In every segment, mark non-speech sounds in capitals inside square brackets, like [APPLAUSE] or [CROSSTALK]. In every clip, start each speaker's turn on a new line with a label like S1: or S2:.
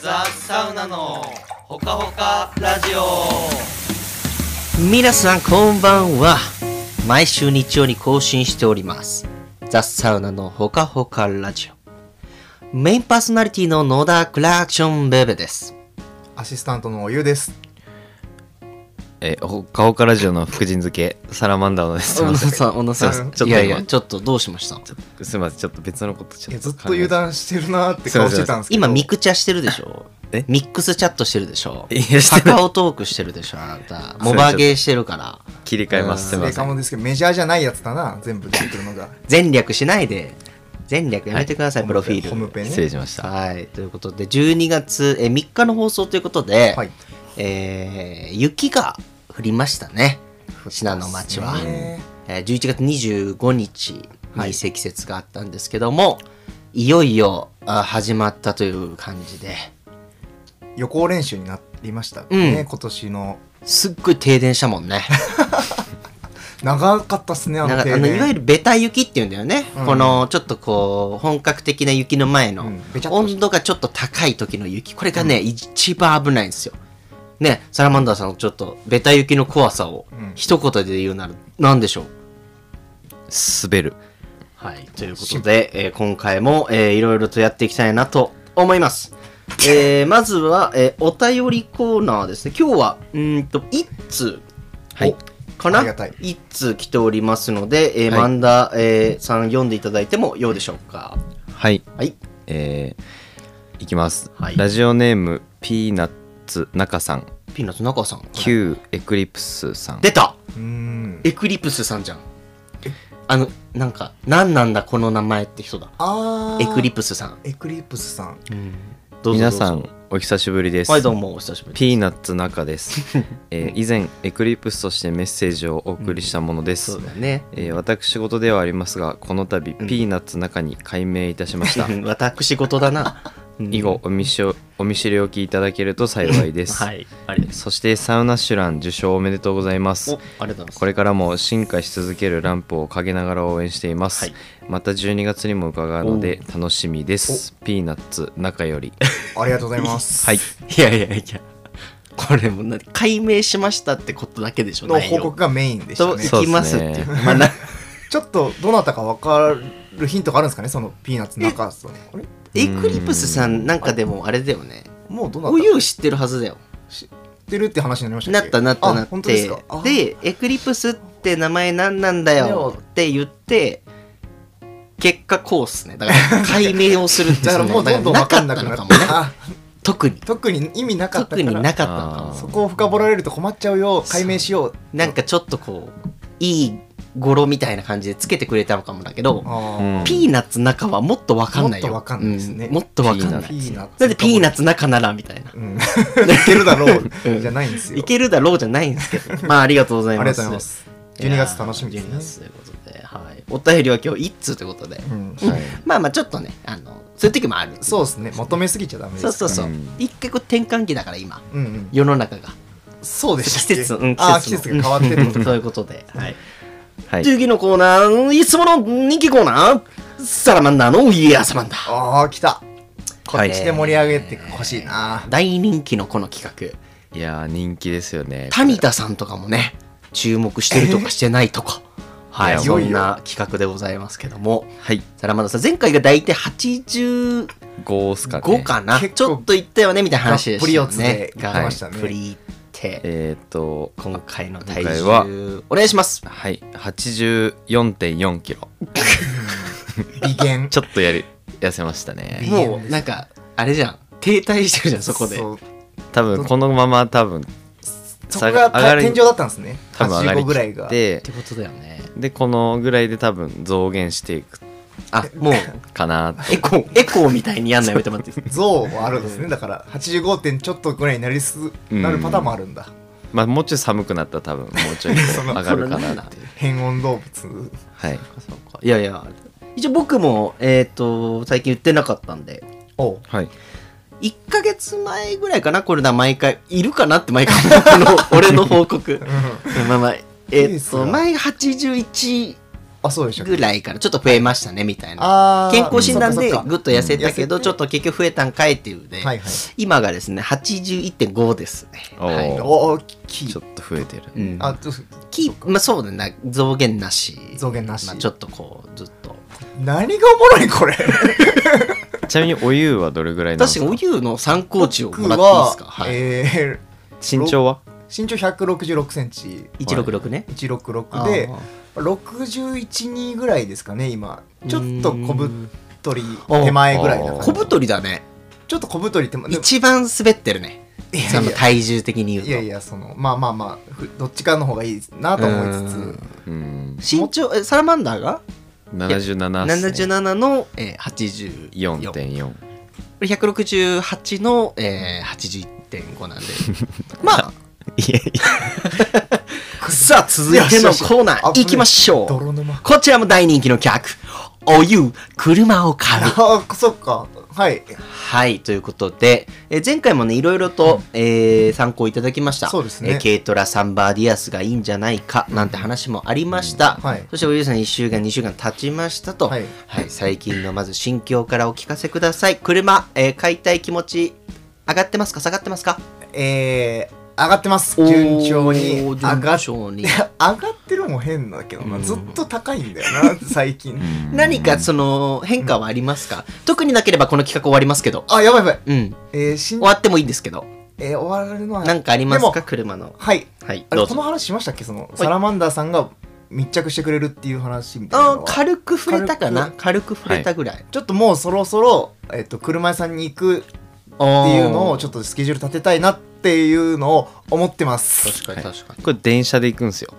S1: ザ・サウナのほかほかラジオ
S2: 皆さんこんばんは毎週日曜に更新しておりますザ・サウナのほかほかラジオメインパーソナリティの野田クラクションベベです
S3: アシスタントのおゆうです。
S4: えー、ほかほかラジオの福神漬け、サラマンダーのです。
S2: 小
S4: すいま
S2: 野
S4: せん。
S2: さん小野さ
S3: すい
S2: ん
S4: ません
S2: いやい
S4: ちょっと
S2: や
S4: 今
S2: ちょっとどうしました
S4: すいません、ちょっと別のことち
S3: い
S4: ょ
S3: や
S4: っと
S3: ずっ
S4: 考え
S3: と油断してるなーって顔してたんですけど。
S2: 今ミクチャしてるでしょ
S4: え
S2: ミックスチャットしてるでしょ
S4: いやして
S2: カ
S4: ない
S2: カオトークしてるでしょあなたモバゲーしてるから
S4: 切り替えます。す
S3: 正
S4: いま
S3: 解
S4: せん。
S3: もですけど、メジャーじゃないやつだな、全部出てくるの
S2: [LAUGHS]
S3: が。
S2: 全略しないで全略やめてください、プロフィール
S3: ホームペ
S4: 失礼
S3: ね。
S4: しました。
S2: はい、ということで12月えー3日の放送ということで、
S3: はい
S2: えー雪が降りましたね信濃町は、
S3: ね
S2: えー11月25日に積雪があったんですけども、い、よいよあ始まったという感じで
S3: 予行練習になりました
S2: う
S3: ね
S2: ん、
S3: 今年の。
S2: すっごい停電したもんね
S3: 長かったっすね、あ
S2: なんか
S3: の停
S2: あの
S3: 電。
S2: いわゆるベタ雪っていうんだよね、
S3: うん
S2: このちょっとこう本格的な雪の前の、
S3: うんべちゃっとした
S2: 温度がちょっと高い時の雪これがね、一番危ないんですよねサラマンダーさんのちょっとベタ雪の怖さを
S3: うん
S2: 一言で言うなら何でしょう、
S4: 滑る。
S2: はいということで、えー今回も、えーいろいろとやっていきたいなと思いますえーまずは、えーお便りコーナーですね今日はうーんと一通
S4: はい
S2: かな
S3: ありがたい
S2: 一通来ておりますので、えー
S4: はい
S2: マンダ、えーさん読んでいただいてもようでしょうか
S4: はい。
S2: はい
S4: えー、いきます。
S2: はい
S4: ラジオネーム、ピーナッツ中さん、
S2: ピーナッツ中さん
S4: Q エクリプスさん。
S2: 出た
S3: うーん。
S2: エクリプスさんじゃんあのなんか何なんだこの名前って人だ
S3: あ
S2: エクリ
S3: プ
S2: プスさん、
S3: エクリプスさん。
S2: どうぞ
S4: 皆さ、
S2: どうん
S4: お久しぶりです。
S2: ぞはいどうもお久しぶり
S4: ピーナッツ
S2: [LAUGHS]
S4: 中です、えー以前エクリプスとしてメッセージをお送りしたものです、
S2: そうだね
S4: えー私事ではありますがこの度
S2: ん
S4: ピーナッツ中に改名いたしま
S2: [LAUGHS]
S4: した、
S2: 私事だなうん
S4: 以後お見しおお見知りおきいただけると幸いです、
S2: はいありがと
S4: そしてサウナシュラン受賞おめでとうございま
S2: うお
S4: す
S2: ありがとうございます
S4: これからも進化し続けるランプを陰ながら応援しています、
S2: はい
S4: また12月にも伺うので楽しみですピーナッツ中より
S3: ありがとうございます。
S4: はい
S2: いやいやいやこれもな解明しましたってことだけでしょ
S3: の
S2: 内容
S3: 報告がメインでした
S2: と
S3: ね。
S4: そう
S2: 行きますっていう
S4: そう
S2: まあな
S3: ちょっと、どなたかわかるヒントがあるんですかね、そのピーナッツ中さん。あれ
S2: エクリプスさんなんかでもあれだよね
S3: もうどなた
S2: お
S3: か
S2: 湯知ってるはずだよ
S3: 知ってるって話になりました
S2: な
S3: っ
S2: っ
S3: け
S2: たなったな
S3: あ
S2: っ
S3: 本当で
S2: て
S3: すかあ
S2: でエクリプスって名前何なんだよって言って結果こうっすねだから解明をするって
S3: だからもうどんどん
S2: な
S3: 分
S2: か
S3: か
S2: っ
S3: ん
S2: た
S3: なく
S2: の
S3: なっ
S2: か
S3: て
S2: もね
S3: あ
S2: 特に
S3: [LAUGHS] 特に意味なかった
S2: 特
S3: か
S2: にな
S3: ら
S2: かったのかも
S4: あー
S3: そこを深掘られると困っちゃうよ解明しよう
S2: なんかちょっとこういい語呂みたいな感じでつけてくれたのかもだけど、
S3: あ
S4: うん
S2: ピーナッツ中はもっとわかんないよ
S3: もっとわかんないですね
S2: うんもっとわかんない
S3: ーピーナッツ
S2: なんでピーナッツ中ならみたいな
S3: うん [LAUGHS] いけるだろ
S2: う
S3: うんじゃないんですよ
S2: いけるだろうじゃないんですけ
S3: [LAUGHS]
S2: どまあありがとうござ
S3: あ
S2: い
S3: りがと
S2: ま
S3: うご
S2: す
S3: ざいます12月楽しみですね
S2: いやー12月ということで、はい、お便りは今日1通ということで、
S3: うん
S4: はい
S2: まあまあちょっとねあのそういう時もある
S3: そうですね求めすぎちゃダメです
S2: そうそうそう、
S4: うん
S2: 一回こう転換期だから今
S3: うんうん
S2: 世の中が
S3: そうでしたっけ
S2: 季節うん
S3: あー
S2: 季
S3: 季
S2: 節
S3: 節
S2: の
S3: が変わって
S2: [LAUGHS]
S3: る
S2: そういうことで、はい、
S4: はい
S2: 次のコーナーいつもの人気コーナーサラマンダーのイエーサマンダー
S3: ああ来たこ
S4: は
S3: っ
S4: い
S3: ちで盛り上げてほしいな
S2: 大人気のこの企画
S4: いやー人気ですよね
S2: 谷田さんとかもね注目してるとかしてないとか、はい
S4: いや
S2: そん
S3: いよい
S2: な企画でございますけども
S4: はい
S2: サラマンダーさん前回が大体85
S4: 5っすかね
S2: かな、
S3: 結構
S2: ちょっといったよねみたいな話でしたよね
S3: がっぷり四つで行きましたね
S2: がっぷりいって、
S4: えーっと
S2: 今回の体
S4: 今回は
S2: 重お願いします
S4: はい84.4キロ
S3: 微減
S4: ちょっとやり痩せましたね
S2: もうなんかあれじゃん停滞してるじゃんそこで
S3: う
S4: 多分このまま多分
S3: そこが
S4: 下が
S3: た
S4: り
S3: 天井だったんですね
S4: 多分上が
S3: 85
S4: り
S3: ぐら
S4: き
S3: いが
S4: って
S2: ってことだよね
S4: でこのぐらいで多分増減していく
S2: あ [LAUGHS] もう
S4: かなって
S2: エコー
S3: [LAUGHS]
S2: エコーみたいにやんのやめてもらっていいですか
S3: 像もあるんですねだから85点ちょっとぐらいになりすなるパターンもあるんだ
S4: まあもうちょい寒くなったら多分もうちょい
S3: その
S4: 上がるか
S2: そん
S4: な
S2: な
S4: っていう
S3: 変温動物
S4: はい
S2: そうかいやいや一応僕もえっ、と最近言ってなかったんで
S3: おう
S4: はい
S2: 1ヶ月前ぐらいかなこれだ毎回いるかなって毎回
S3: [LAUGHS]
S2: あの俺の報告まあまあえっ、
S3: いいっす
S2: と
S3: よ
S2: 前81
S3: あ、そうでしたっけ
S2: ぐらいからちょっと増えましたねみたいな
S3: あー
S2: 健康診断で
S3: そっかそっか
S2: ぐっと痩せたけど、
S3: うん痩せて
S2: ちょっと結局増えたんかいっていうね、
S3: はいはい
S2: 今がですね81.5ですね、
S4: お
S2: は
S4: ー
S2: い
S3: おーき
S4: ちょっと増えてる。
S2: うん、
S3: あちょっと
S2: きまあそうだな増減なし
S3: 増減なし
S2: まあ、ちょっとこうずっと
S3: 何がおもろいこれ
S4: ちなみにお湯はどれぐらいなんで
S2: 確
S4: す
S2: か
S4: か
S2: お湯の参考値を
S3: 僕
S2: もらっていいですか
S3: は
S2: はい、
S3: え
S4: 身長は
S3: ー身長166センチ
S2: 166ね、
S3: 166で
S2: あ
S3: 61人ぐらいですかね今
S2: ー
S3: ちょっと小
S2: うー
S3: ぶ
S2: ん
S3: っとり手前ぐらいだ
S4: あ
S3: か
S4: ー
S2: 小
S3: ら
S2: 太りだね
S3: ちょっと小太り手前でも
S2: 一番滑ってるね
S3: いやいや
S2: その体重的に言うと
S3: いやいやそのまあまあまあふどっちかの方がいいなと思いつ
S2: う
S3: つ
S4: うん。
S2: 身長えサラマンダーが
S4: 77っすね。
S2: 77の、えー、84
S4: 4.4。
S2: 168の、えー、81.5なんで [LAUGHS] まあ
S4: いやいや。
S2: さあ続いてのコーナー行きましょう
S3: 泥沼
S2: こちらも大人気の客お湯車を買う
S3: [LAUGHS] ああそっかはい
S2: はいということで、えー前回もねいろいろと、えー参考いただきました
S3: そうですね
S2: えー軽トラサンバーディアスがいいんじゃないかなんて話もありました、
S3: うんはい
S2: そしておゆうさん1週間2週間経ちましたと、は
S3: はいい
S2: 最近のまず心境からお聞かせください車、えー買いたい気持ち上がってますか下がってますか
S3: えー、上がってます順調に
S2: お
S3: 上
S2: ー
S3: が
S2: 順
S3: っ [LAUGHS]
S2: 調に
S3: 上がってるも変だけどな、
S2: うん
S3: ずっと高いんだよな最近
S2: 何かその変化はありますか、特になければこの企画終わりますけど
S3: あやばいやばい
S2: うん
S3: えー、しん
S2: 終わってもいいんですけど
S3: えー、終わるのは
S2: 何かあります
S3: で
S2: か
S3: も
S2: 車の
S3: はい
S2: はい
S3: あ
S2: どう
S3: れこ
S2: ぞ
S3: の話しましたっけそのサラマンダーさんが密着してくれるっていう話みたいな
S2: あ
S3: の
S2: ー
S3: は
S2: 軽く触れたかな軽く触れたぐらい、
S3: ちょっともうそろそろ、えっと車屋さんに行くって
S2: って
S3: いうのをちょっとスケジュール立てたいなっていうのを思ってます
S2: 確かに
S4: はい
S2: 確かに、
S4: これ電車で行くんですよ。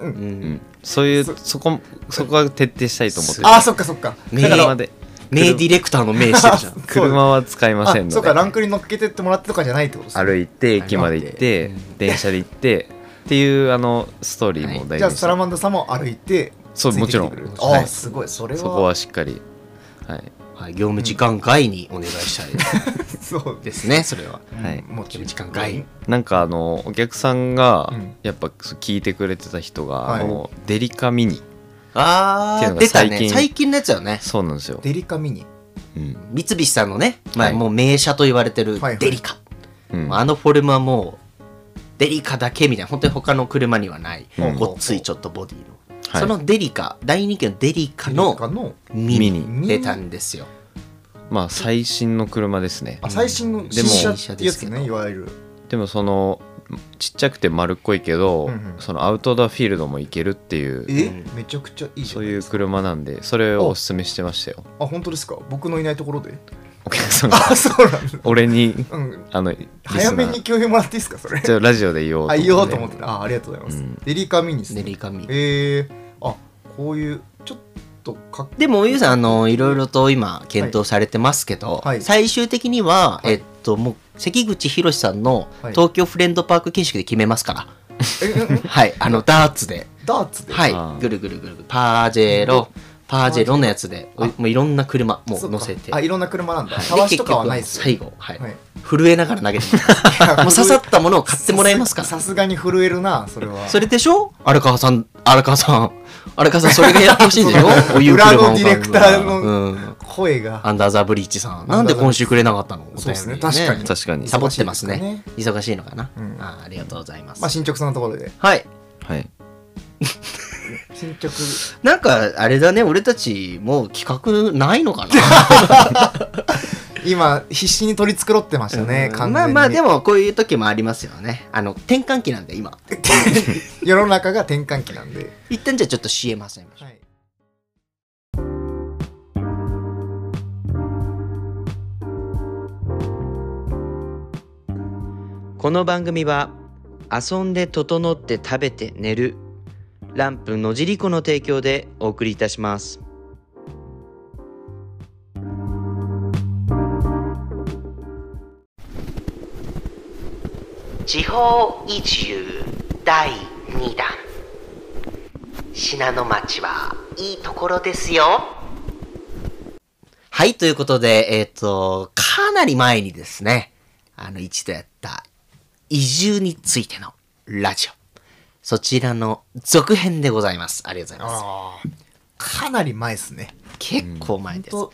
S2: う
S4: うんん。そういう、
S3: そ
S4: そこ、そこは徹底したいと思ってる。
S3: ああそっかそっか
S2: ね
S4: だからで
S2: 名ディレクターの名してるじゃ
S4: [LAUGHS]
S2: ん
S4: 車は使いま
S3: あ
S4: せん
S3: そ
S4: の
S3: っか
S4: で
S3: ランクに乗っけてってもらってとかじゃないってことですね
S4: 歩いて駅まで行って
S2: 歩いて
S4: 電車で行ってっていうあのストーリーも大
S3: じゃ
S4: 事
S3: あ
S4: にし
S3: サ
S4: て
S3: ラマンダーさんも歩いて
S4: そう
S3: ついてきてくれる
S4: もちろ
S3: あ
S4: んは
S3: あ
S4: い
S3: すごいそれは
S4: そこはしっかりはい
S2: はい、業務時間外にお願いしたい
S3: そう
S2: ですねそれは
S4: はい
S3: もちろん
S2: 時間外
S4: なんかあのお客さんが
S3: うん
S4: やっぱそう聞いてくれてた人が
S3: はい
S4: あのデリカミニっ
S2: あ
S4: ていう
S2: ー
S4: のが
S2: 出た
S4: 最
S2: ね
S4: 近
S2: 最近のやつよね
S4: そうなんですよ
S3: デリカミニ
S4: うん
S2: 三菱さんのね、まあ、
S4: はい
S2: もう名車と言われてる
S3: はいはい
S2: デリカ、
S4: うん
S2: あのフォルムはもうデリカだけみたいな本当に他の車にはない、
S4: うん
S2: ごっついちょっとボディの、
S4: はい
S2: そのデリカ第二期のデリカ
S3: デリカ
S2: の
S3: の
S2: ミ
S4: ミ
S2: ニ
S4: ニ
S2: 出たんですよ
S4: まあ最新の車ですね
S3: あ最新の
S4: で
S3: 新
S4: も
S3: 車ってやつねいわゆる
S4: でもそのちっちゃくて丸っこいけど
S3: うんうん
S4: そのアウトドアフィールドも行けるっていう
S3: え
S2: うん
S3: めちゃくちゃいいじゃ
S4: そ
S3: ん
S4: ういう車なんでそれをおすすめしてましたよ
S3: あ本当ですか僕のいないところで
S4: お客さ
S3: [LAUGHS]
S4: んが
S3: あそうなんだ
S4: 俺に
S3: うん
S4: あのリスナー
S3: 早めに共有もらっていいですかそれ
S4: じゃあラジオで言おう
S3: あ
S4: 思
S3: 言おうと思ってたあありがとうございま
S4: う
S3: す
S4: ん
S3: デリカミニです
S2: デ
S3: ね
S2: リカミニ
S3: えーあこういうちょっとかっ
S2: でもゆうさんあのいろいろと今検討されてますけど、
S3: はい
S2: 最終的には、
S3: はい
S2: えっともう関口宏さんの
S3: はい
S2: 東京フレンドパーク形式で決めますから、
S3: えうん
S2: はい、あのダーツで、
S3: ダーツで
S2: は
S4: あー
S2: い、ぐるぐるぐるぐるパージェロパージェロのやつでおいもういろんな車も
S3: そうっか
S2: 乗せて、
S3: あ
S2: はい、
S3: いろんな車なんだ
S2: で
S3: たわしとかはないです
S2: 結局最後、はい
S3: はい
S2: 震えながら投げてます [LAUGHS] も
S3: [LAUGHS]
S2: う刺さったものを買ってもらえますから
S3: さすがに震えるなそれ
S2: [LAUGHS]
S3: は
S2: それでしょ荒川さん荒川さん荒川さんそれがやってほしいんでし
S3: [LAUGHS]
S2: ょ
S3: そう
S2: お湯車を買う
S3: 裏のディレクターの
S2: うん
S3: 声が
S2: アンダーザブリッジさん、なんで今週くれなかったの
S3: そうですね
S2: お便り
S3: 確かに
S4: 確かに
S2: サボってます
S3: 忙しい
S2: ね。忙しいのかな、
S3: うん
S2: あー。ありがとうございます。
S3: まあ進捗そのところで
S2: はい。
S4: はい
S3: 進捗
S2: なんか、あれだね、俺たち、もう企画ないのかな
S3: 今必死に取り繕ってましたね
S2: うん
S3: 完全に
S2: まあまあ、でも、こういう時もありますよね。あの、転換期なんで、今。
S3: 世の中が転換期なんで
S2: 一旦じゃあちょっと CM 挟みましょ
S3: はい
S2: いう。この番組は、遊んで、整って、食べて、寝る、ランプのじりこの提供でお送りいたします。
S5: 地方移住第2弾信濃町はいいところですよ
S2: はい、ということで、えっ、と、かなり前にですね、あの、一度やった、移住についてのラジオ。そちらの続編でございます。ありがとうございます。
S3: ああかなり前ですね
S2: 結構前です。
S3: 本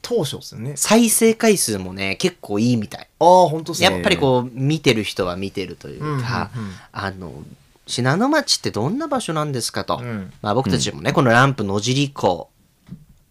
S3: 当当初ですよね
S2: 再生回数もね、結構いいみたい。
S3: ああ本当っすね
S2: やっぱりこう、見てる人は見てるというか、
S3: うんうんうん
S2: あの、信濃町ってどんな場所なんですかと。
S3: うん
S2: まあ僕たちもね、このランプ野尻港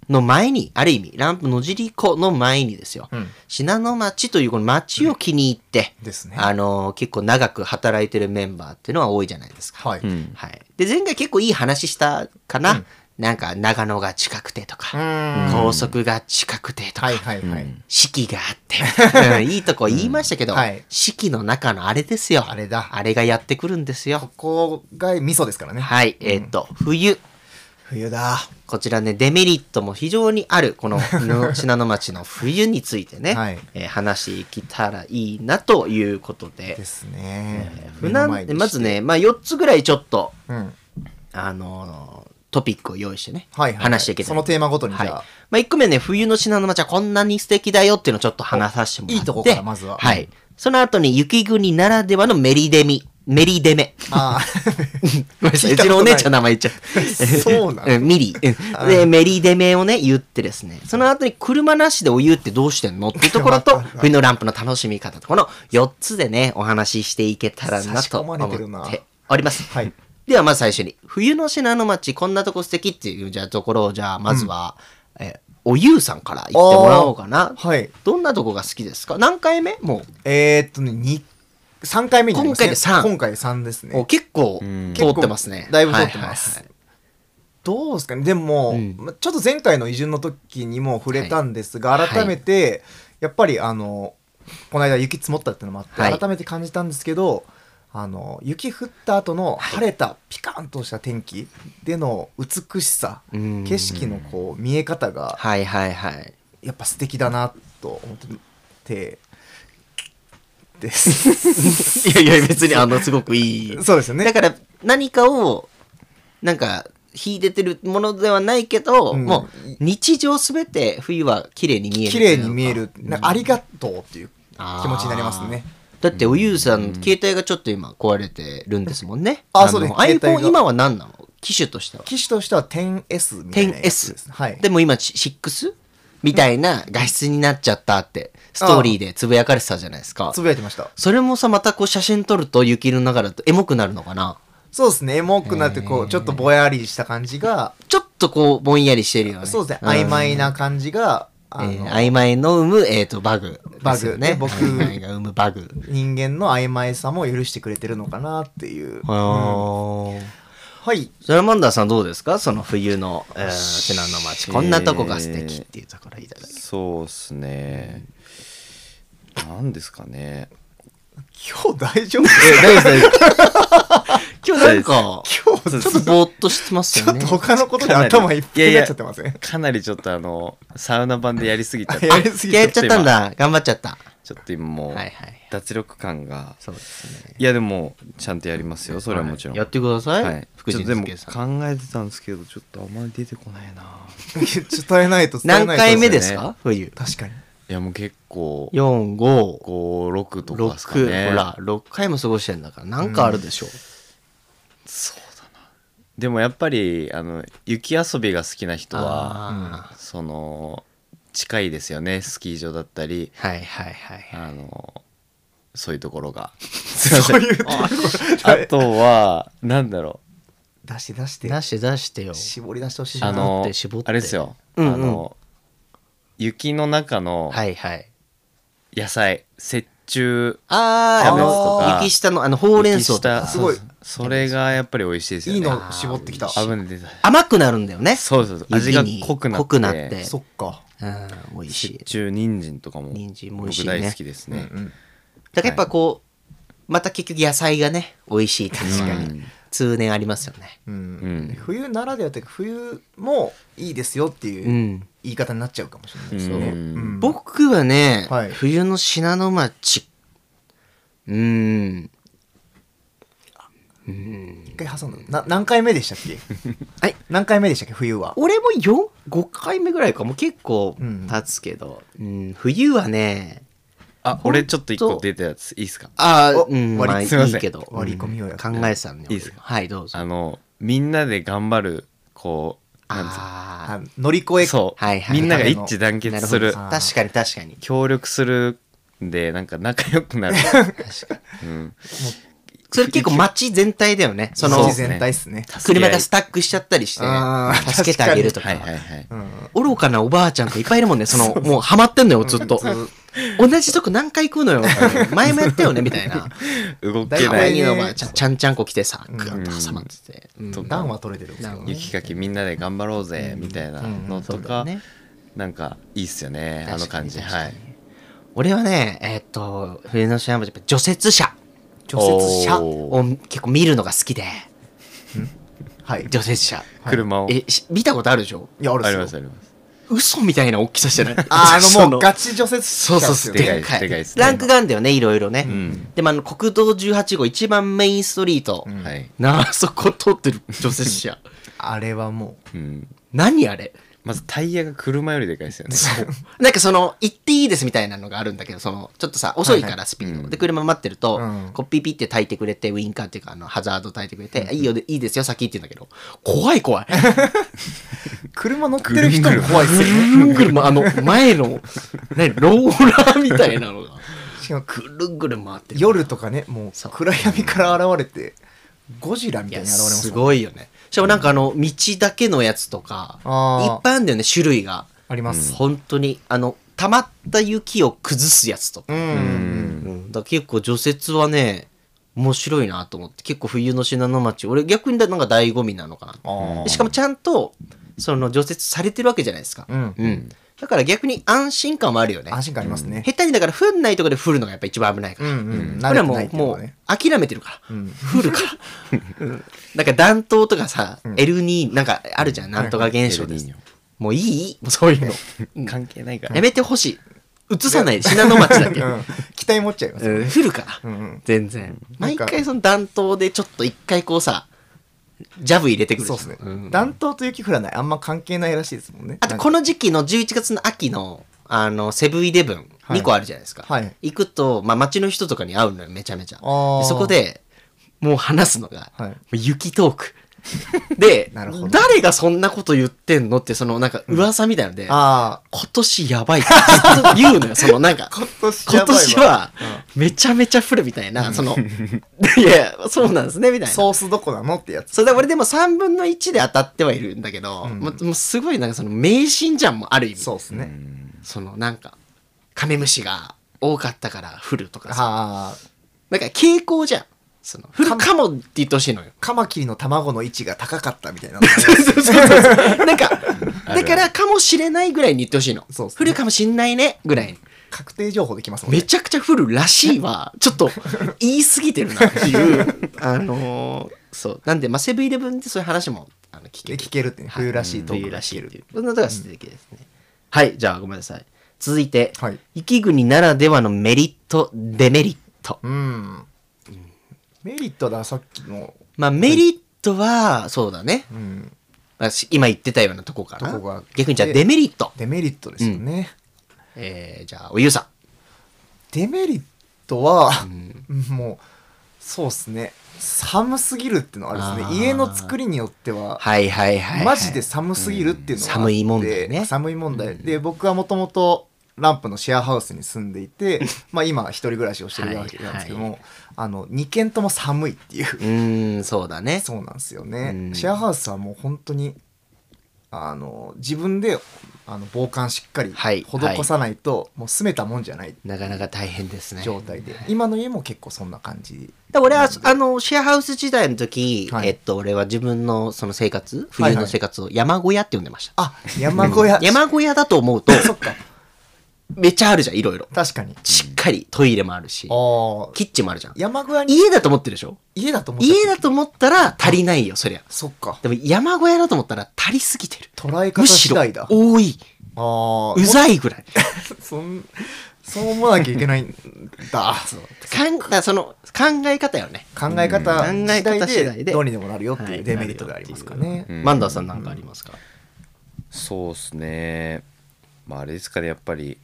S2: の前に、ある意味、ランプ野尻港の前にですよ。
S3: うん
S2: 信濃町というこの町を気に入って、
S3: ですね
S2: あの、結構長く働いてるメンバーっていうのは多いじゃないですか。
S3: はい、
S4: う
S3: うん
S4: ん
S2: はい。で、前回結構いい話したかな。
S3: うん
S2: なんか、長野が近くてとか、
S3: は
S2: 高速が近くてとか、
S3: いはいはい、
S2: 四季があ
S3: [LAUGHS]
S2: って、うんいいとこ言いましたけど、
S3: うんはい
S2: 四季の中のあれですよ。
S3: あれだ
S2: あれがやってくるんです
S3: こ
S2: よ。
S3: こが味噌ですからね、
S2: はい。えっ、と、冬。
S3: 冬だ
S2: こちらね、デメリットも非常にある、
S3: [LAUGHS]
S2: このの信濃町の冬についてね、
S3: はい
S2: えー話していけたらいいなということで
S3: で、すね、
S2: 船
S3: 目の前にして
S2: まず、ね、まあ4つぐらいちょっと、
S3: うん、
S2: あのートピックを用意してね、
S3: はいはいはい
S2: 話していけた
S3: そ
S2: ら
S3: のテーマごとにじ
S2: はい。
S3: ゃあ、
S2: まあ、1個目ね、冬の信濃町はこんなに素敵だよっていうのをちょっと話させてもらって。
S3: いいとこからまずは
S2: はい。その後に雪国ならではのメリデミ。メリデメ。
S3: あ
S2: ごめんなさい
S3: 聞
S2: う
S3: いた
S2: ち
S3: こ
S2: の
S3: とない
S2: お姉ちゃんの名前言っちゃった。
S3: そうなの
S2: んミリ。うんで、メリデメをね、言ってですね。その後に車なしでお湯ってどうしてんのっていうとこ
S3: [LAUGHS]
S2: ろと
S3: わかるわか、る
S2: 冬のランプの楽しみ方と、この4つでね、お話ししていけたらな
S3: 差し
S2: と
S3: 込
S2: 思
S3: ま
S2: っ
S3: れてるな
S2: ております。
S3: あ [LAUGHS] はい
S2: ではまず最初に冬の信濃町こんなとこ素敵っていうじゃあところをじゃあまずは、えおゆうさんから言ってもらおうかな、
S3: はい
S2: どんなとこが好きですか何回目も
S3: えー、っとねに3回目になりますね
S2: 今回で三
S3: 今回で3です
S2: うお
S3: ね
S2: 結構
S4: うん
S2: 通ってますね
S3: 結構だいぶ通ってます
S2: はいはい
S3: どうですかねでも、
S2: うん
S3: まちょっと前回の移住の時にも触れたんですが、
S2: はい
S3: 改めて、やっぱりあのこの間雪積もったってのもあって、
S2: はい
S3: 改めて感じたんですけどあの雪降った後の晴れたピカンとした天気での美しさ、
S2: はいうん
S3: 景色のこう見え方が
S2: はいはいはい
S3: やっぱ素敵だなと思ってです
S2: [LAUGHS] いやいや別にあのすごくいい
S3: そうですよね
S2: だから何かをなんか秀でてるものではないけど、
S3: うん
S2: もう日常すべて冬は綺麗に見えると
S3: 綺
S2: いう
S3: 麗
S2: か
S3: に見えるなんかありがとうっていう気持ちになりますね
S2: だっておゆうさん、携帯がちょっと今壊れてるんですもんね。
S3: あ
S2: の
S3: そうです携帯
S2: iPhone
S3: が
S2: 今は何なの機種としては。
S3: 機種としては 10S みたいなやつです、
S2: 10S
S3: はい、
S2: でも今 6? みたいな画質になっちゃったって、ストーリーでつぶやかれてたじゃないですか
S3: つ。ぶやいてました
S2: それもさ、またこう写真撮ると雪の中だとエモくなるのかな
S3: そうですねエモくなってこうちょっとぼやりした感じが
S2: ちょっとこうぼんやりしてるよね。
S3: そうですね
S2: ん
S3: 曖昧な感じがあの、
S2: えー曖昧の生む、えー、とバグ
S3: バグ
S2: ですよね。
S3: ね僕
S2: 曖昧が生むバグ。
S3: 人間の曖昧さも許してくれてるのかなっていう、うん
S2: あー
S3: はい
S2: サラマンダーさんどうですかその冬の、えー、シナの街こんなとこが素敵っていうところいただき
S4: そうっすねなんですか [LAUGHS] ね
S3: 今日大丈夫
S2: 今日なんかち
S3: 今日
S2: ょっとぼーっとしてます
S3: ち
S2: よ
S3: ょっ
S4: [LAUGHS]
S2: ね
S3: と他のことで頭いっぱいになっちゃってません、
S4: かなりちょっとあのサウナ版で [LAUGHS] やりすぎちゃって
S3: やりすぎ
S2: やっ
S3: ち
S2: ちゃったんだ頑張っちゃった
S4: ちょっと今もう
S2: はいはい
S4: 脱力感が
S2: そうですね
S4: いやでもちゃんとやりますよそれはもちろん
S2: やってください、
S4: はい
S2: 福
S4: ちょ
S2: 神
S4: っとでも
S2: 漬けさん
S4: 考えてたんですけどちょっとあまり出てこないな
S3: ゃ [LAUGHS] った伝えないと伝え
S2: 何
S3: ないと
S2: 回目
S4: で
S2: ですす
S4: よね
S2: か冬
S3: 確かに
S4: いやもう結構
S2: 456
S4: 56とかですかね
S2: ほら6回も過ごしてんだからなんかあるでしょう、
S4: でもやっぱりあの雪遊びが好きな人は
S2: あ
S4: その近いですよねスキー場だったり
S2: ーはいはいはい
S4: あのそういうとこ
S2: [LAUGHS]
S4: ろが
S3: そういうとこ
S4: あとはなんだろ
S3: 出して出して
S2: 出して出してよ
S3: 絞り出してほしいうな
S4: あの
S2: 絞って絞って
S4: あれですよ、
S2: うんうん
S4: あの雪の中の
S2: はいはい
S4: 野菜雪中
S2: あー
S4: キャベツと
S2: あ
S4: か
S2: の雪下のあのほうれん草とか
S4: 雪下
S3: すごい
S4: そそれがやっぱり美味しいですよね
S3: いいの絞ってきた
S4: 危ね出た
S2: 甘くなるんだよね
S4: そうそうそう味が濃くなって
S2: 濃くなって
S3: そっか
S2: うん、美味しい
S4: 雪中人参とかも
S2: 人参も美味し
S4: 僕
S2: いね
S4: 大好きですね、
S3: うん
S2: だからやっぱこう、また結局野菜がね美味しい確かに、
S4: うん
S2: 通年ありますよね
S3: うん
S4: うん
S3: 冬ならではというか冬もいいですよっていううん言い方になっちゃうかもしれないです
S4: う
S3: ね、
S4: ん
S3: うん
S2: 僕はね、
S3: はい
S2: 冬の信濃町うん
S3: 一回挟んだな何回目でしたっけ [LAUGHS]
S2: はい
S3: 何回目でしたっけ冬は
S2: 俺も4 5回目ぐらいかもう結構
S3: うん
S2: 経つけど、うん冬はね
S4: あ俺ちょっと一
S2: ほ
S4: 個
S2: んと
S4: 出たやついいですか
S2: ああ
S3: お
S2: うん
S3: 割
S2: ま
S3: り
S2: あいい
S4: すいません
S2: けど
S3: 割り込みをやって
S2: うん考えてたんで
S4: いいですか
S2: はいどうぞ
S4: あのみんなで頑張るこうなんつう
S2: あ
S3: あ乗り越え
S4: そう、
S2: はいはい
S4: みんなが一致団
S2: ーな
S4: 結
S2: ほ
S4: す
S2: ど
S4: る
S3: あー
S2: 確かに確かに
S4: 協力するんでなんか仲良くなる
S2: [LAUGHS]
S4: うん、
S2: それ結構街全体だよねそ
S3: そ
S2: の
S3: の
S4: そう
S3: 全体っすね
S2: 車がス
S4: 助
S2: タックしちゃったりして
S3: あー
S2: 助けてあげると
S4: け合
S2: か
S4: いはいはいはい、
S3: うん
S2: 愚かなおばあちゃんとかいっぱいいるもんね。その、もうハマってんのよ、ずっと。同じとこ何回行くのよ。前もやったよね、みたい [LAUGHS] な。
S4: 動
S3: だい
S4: け
S3: ぶ
S2: 可
S4: な
S2: 愛
S4: い
S2: いのおばあちゃん、ちゃんちゃんこ来てさ、
S3: ん
S2: グーンと挟まってて。うん
S4: と
S3: 暖は取れてる
S2: 暖は
S4: 雪かきみんなで頑張ろうぜみたいなのと
S2: そうだ
S4: か、
S2: ね
S4: なんかいいっすよねあの感じ
S2: 確かに
S4: はい
S2: 俺はね、えーっと、冬の山も除雪車
S3: 除雪車
S4: お
S2: を
S4: ー
S2: 結構見るのが好きで、
S3: はい
S2: 除雪車。
S4: 車を
S2: え、し見たことあるでしょ
S3: いやある
S4: あり
S3: っ
S4: ますすあ
S3: よ
S4: ります
S2: 嘘みたいな大きさしてない
S3: あーあのも
S2: [LAUGHS] そう
S3: ガチ除雪車っす
S2: そ
S3: よ
S2: うそうそう、
S4: でかい
S2: でかい
S4: でかいですね
S2: ランクがあるんだよね、いろいろね。
S4: ん
S2: でもあの、国道18号、一番メインストリート。
S3: うん
S4: はい、
S2: なあ [LAUGHS] そこ通ってる除雪車
S3: あれはも
S4: うん、
S2: 何あれ
S4: まずタイヤが車よりでかいですよね
S2: なんかその行っていいですみたいなのがあるんだけどそのちょっとさ遅いか
S3: はいは
S2: らスピード、
S4: うん
S2: で車待ってると、
S3: うん
S2: こうピーピーって焚いてくれてウィンカーっていうかあのハザード焚いてくれて、いいよでいいですよ先って言うんだけど怖い怖い
S3: う車乗ってる人も怖いっす
S2: ぐ
S3: よね
S2: るんぐるまあの前の何ローラーみたいなのが
S3: しかも
S2: ぐるんぐるん回ってる
S3: 夜とかねもう
S2: そう
S3: 暗闇から現れてゴジラみ
S2: い
S3: たい
S2: や
S3: に現れます
S2: す
S3: もん
S2: ごいよねしかもなんかあの道だけのやつとか
S3: あー
S2: いっぱいあるんだよね種類が
S3: あります
S2: 本当にあの溜まった雪を崩すやつとか,、
S3: うん
S4: うん、
S2: うん、だから結構除雪はね面白いなと思って結構冬の信濃町俺逆にだなんか醍醐味なのかな
S3: あ
S2: でしかもちゃんとその除雪されてるわけじゃないですか、
S3: あうん
S2: うんだから逆に安心感もあるよね
S3: 安心感ありますね
S2: 下手にだから降んないところで降るのがやっぱ一番危ないか
S3: う
S2: ら、
S3: んうん慣
S2: 俺は
S3: れて
S2: も
S3: ないうっていうの
S2: も
S3: は
S2: う
S3: ね
S2: 諦めてるから
S3: うん
S2: 降るから、
S3: [LAUGHS]
S2: うん、なんか暖冬とかさ、エルニーなんかあるじゃんなんとか現象です、
S4: エルニーニョ
S2: もういいもうそういうの
S4: 関係ないから
S2: やめてほしい。移さないで、信濃町だけ。
S3: うん期待持っちゃいますよ
S2: うん降るから。
S3: [LAUGHS] うんうん
S2: 全然。
S3: なん
S2: 毎
S3: か
S2: 回その暖冬でちょっと一回こうさ、ジャブ入れてくるじ
S3: そ
S2: ゃ。
S3: うんですね
S2: ん
S3: 暖冬と雪降らないあんま関係ないらしいですもんね
S2: あとこの時期の11月の秋の、あの、セブンイレブン
S3: はい
S2: 2個あるじゃないですか。
S3: はい
S2: 行くと、まあ街の人とかに会うのよ、めちゃめちゃ。で
S3: あー
S2: そこで、もう話すのが、
S3: はい
S2: 雪トー
S3: [LAUGHS]
S2: ク。で
S3: なるほど、
S2: 誰がそんなこと言ってんのって、そのなんか噂みたいので、
S3: あ
S2: 今年やばいってずっと言うのよ、そのなんか。
S3: [LAUGHS] 今年や
S2: 今
S3: ばいわ
S2: 年はめちゃめちゃ降るみたいな、
S3: [LAUGHS]
S2: その、いや、そうなんですね、みたい
S3: あ
S2: な。
S3: ソースどこなのってやつ
S2: それで俺でも3分の1で当たってはいるんだけど、
S3: うん
S2: もうもうすごいなんかその迷信じゃんもうある意味。
S3: そうですね
S2: そのなんか、カメムシが多かったから降るとかさ。
S3: ああ
S2: なんか傾向じゃん。その降るかもって言ってほしいのよ。
S3: カマキリの卵の位置が高かったみたい
S2: [LAUGHS]
S3: な
S2: なんか、だからかもしれないぐらいに言ってほしいの。
S3: そうっすね
S2: 降るかもしんないねぐらいに。
S3: 確定情報できますもん
S2: め
S3: ね
S2: ちゃくちゃ降るらしいは、ちょっ [LAUGHS] と言い過ぎてるなっていう、あのーそう。なんで、まあ、セブンイレブンでそういう話もあの聞け
S3: で
S2: る。
S3: 聞けるってね
S2: はい
S3: 冬らしいトー
S2: 冬
S3: ク
S2: ら
S3: が
S2: し
S3: 聞
S2: い
S3: け
S2: ってい
S3: る
S2: う。そんなことが素敵ですね。はい、じゃあごめんなさい。続いて、
S3: はい
S2: 雪国ならではのメリット、デメリット。
S3: うんメリットださっきの
S2: まあ、メリットは、そうだね。
S3: うん
S2: まあし今言ってたようなとこかな。
S3: とこが
S2: 逆にじゃあ
S3: で
S2: デメリット。
S3: デメリットですよね
S2: えー、じゃあ、おゆうさ
S3: デメリットは
S2: ん。うん、
S3: [LAUGHS] もうそうっすね寒すぎるってのはあれです
S2: あー
S3: ね家の作りによっては
S2: はいはいはい、はい。
S3: マジで寒すぎるっていうのがあって
S2: うん寒い問題ね
S3: 寒い問題で僕はもともとランプのシェアハウスに住んで
S2: [LAUGHS]
S3: いてまあ今一人暮らしをしてるわけなんですけども、
S2: はい
S3: あの2軒とも寒いっていう [LAUGHS]
S2: うーん、そうだね。
S3: そうなんですよね、
S2: うん
S3: シェアハウスはもう本当にあの自分であの防寒しっかり
S2: はい
S3: 施さないと、もう住めたもんじゃない
S2: なかなか大変ですね。
S3: 状態で、今の家も結構そんな感じ
S2: だ俺は、あの、シェアハウス時代の時、
S3: はい
S2: えっと、俺は自分のその生活、
S3: はい
S2: 冬の生活を山小屋って呼んでました。
S3: あ山小屋、
S2: 山小屋だと思うと、 [LAUGHS]
S3: そっか
S2: めっちゃあるじゃん、いろいろ。
S3: 確かに
S2: しっかりトイレもあるし、
S3: ああ
S2: キッチンもあるじゃん。
S3: 山小屋に
S2: 家だと思ってるでしょ
S3: 家だと思っちゃった
S2: 家だと思ったら足りないよ、そりゃ。
S3: そっか
S2: でも山小屋だと思ったら足りすぎてる。
S3: 捉え方
S2: むし
S3: 次
S2: ろ
S3: 第だ
S2: 多い、
S3: あ
S2: うざいぐらい。
S3: いそん [LAUGHS] そう思わなきゃいけないんだ
S2: かんだからその考え方よね。
S3: 考え方
S2: うん
S3: 次
S2: 考え方次
S3: 第
S2: 第
S3: で
S2: で
S3: どうにでもなるよって
S2: はいいう
S3: デメリットがありますからね、
S4: うん
S2: マンダーさんなんかありますか、
S4: そうっすねまああれですかねやっぱり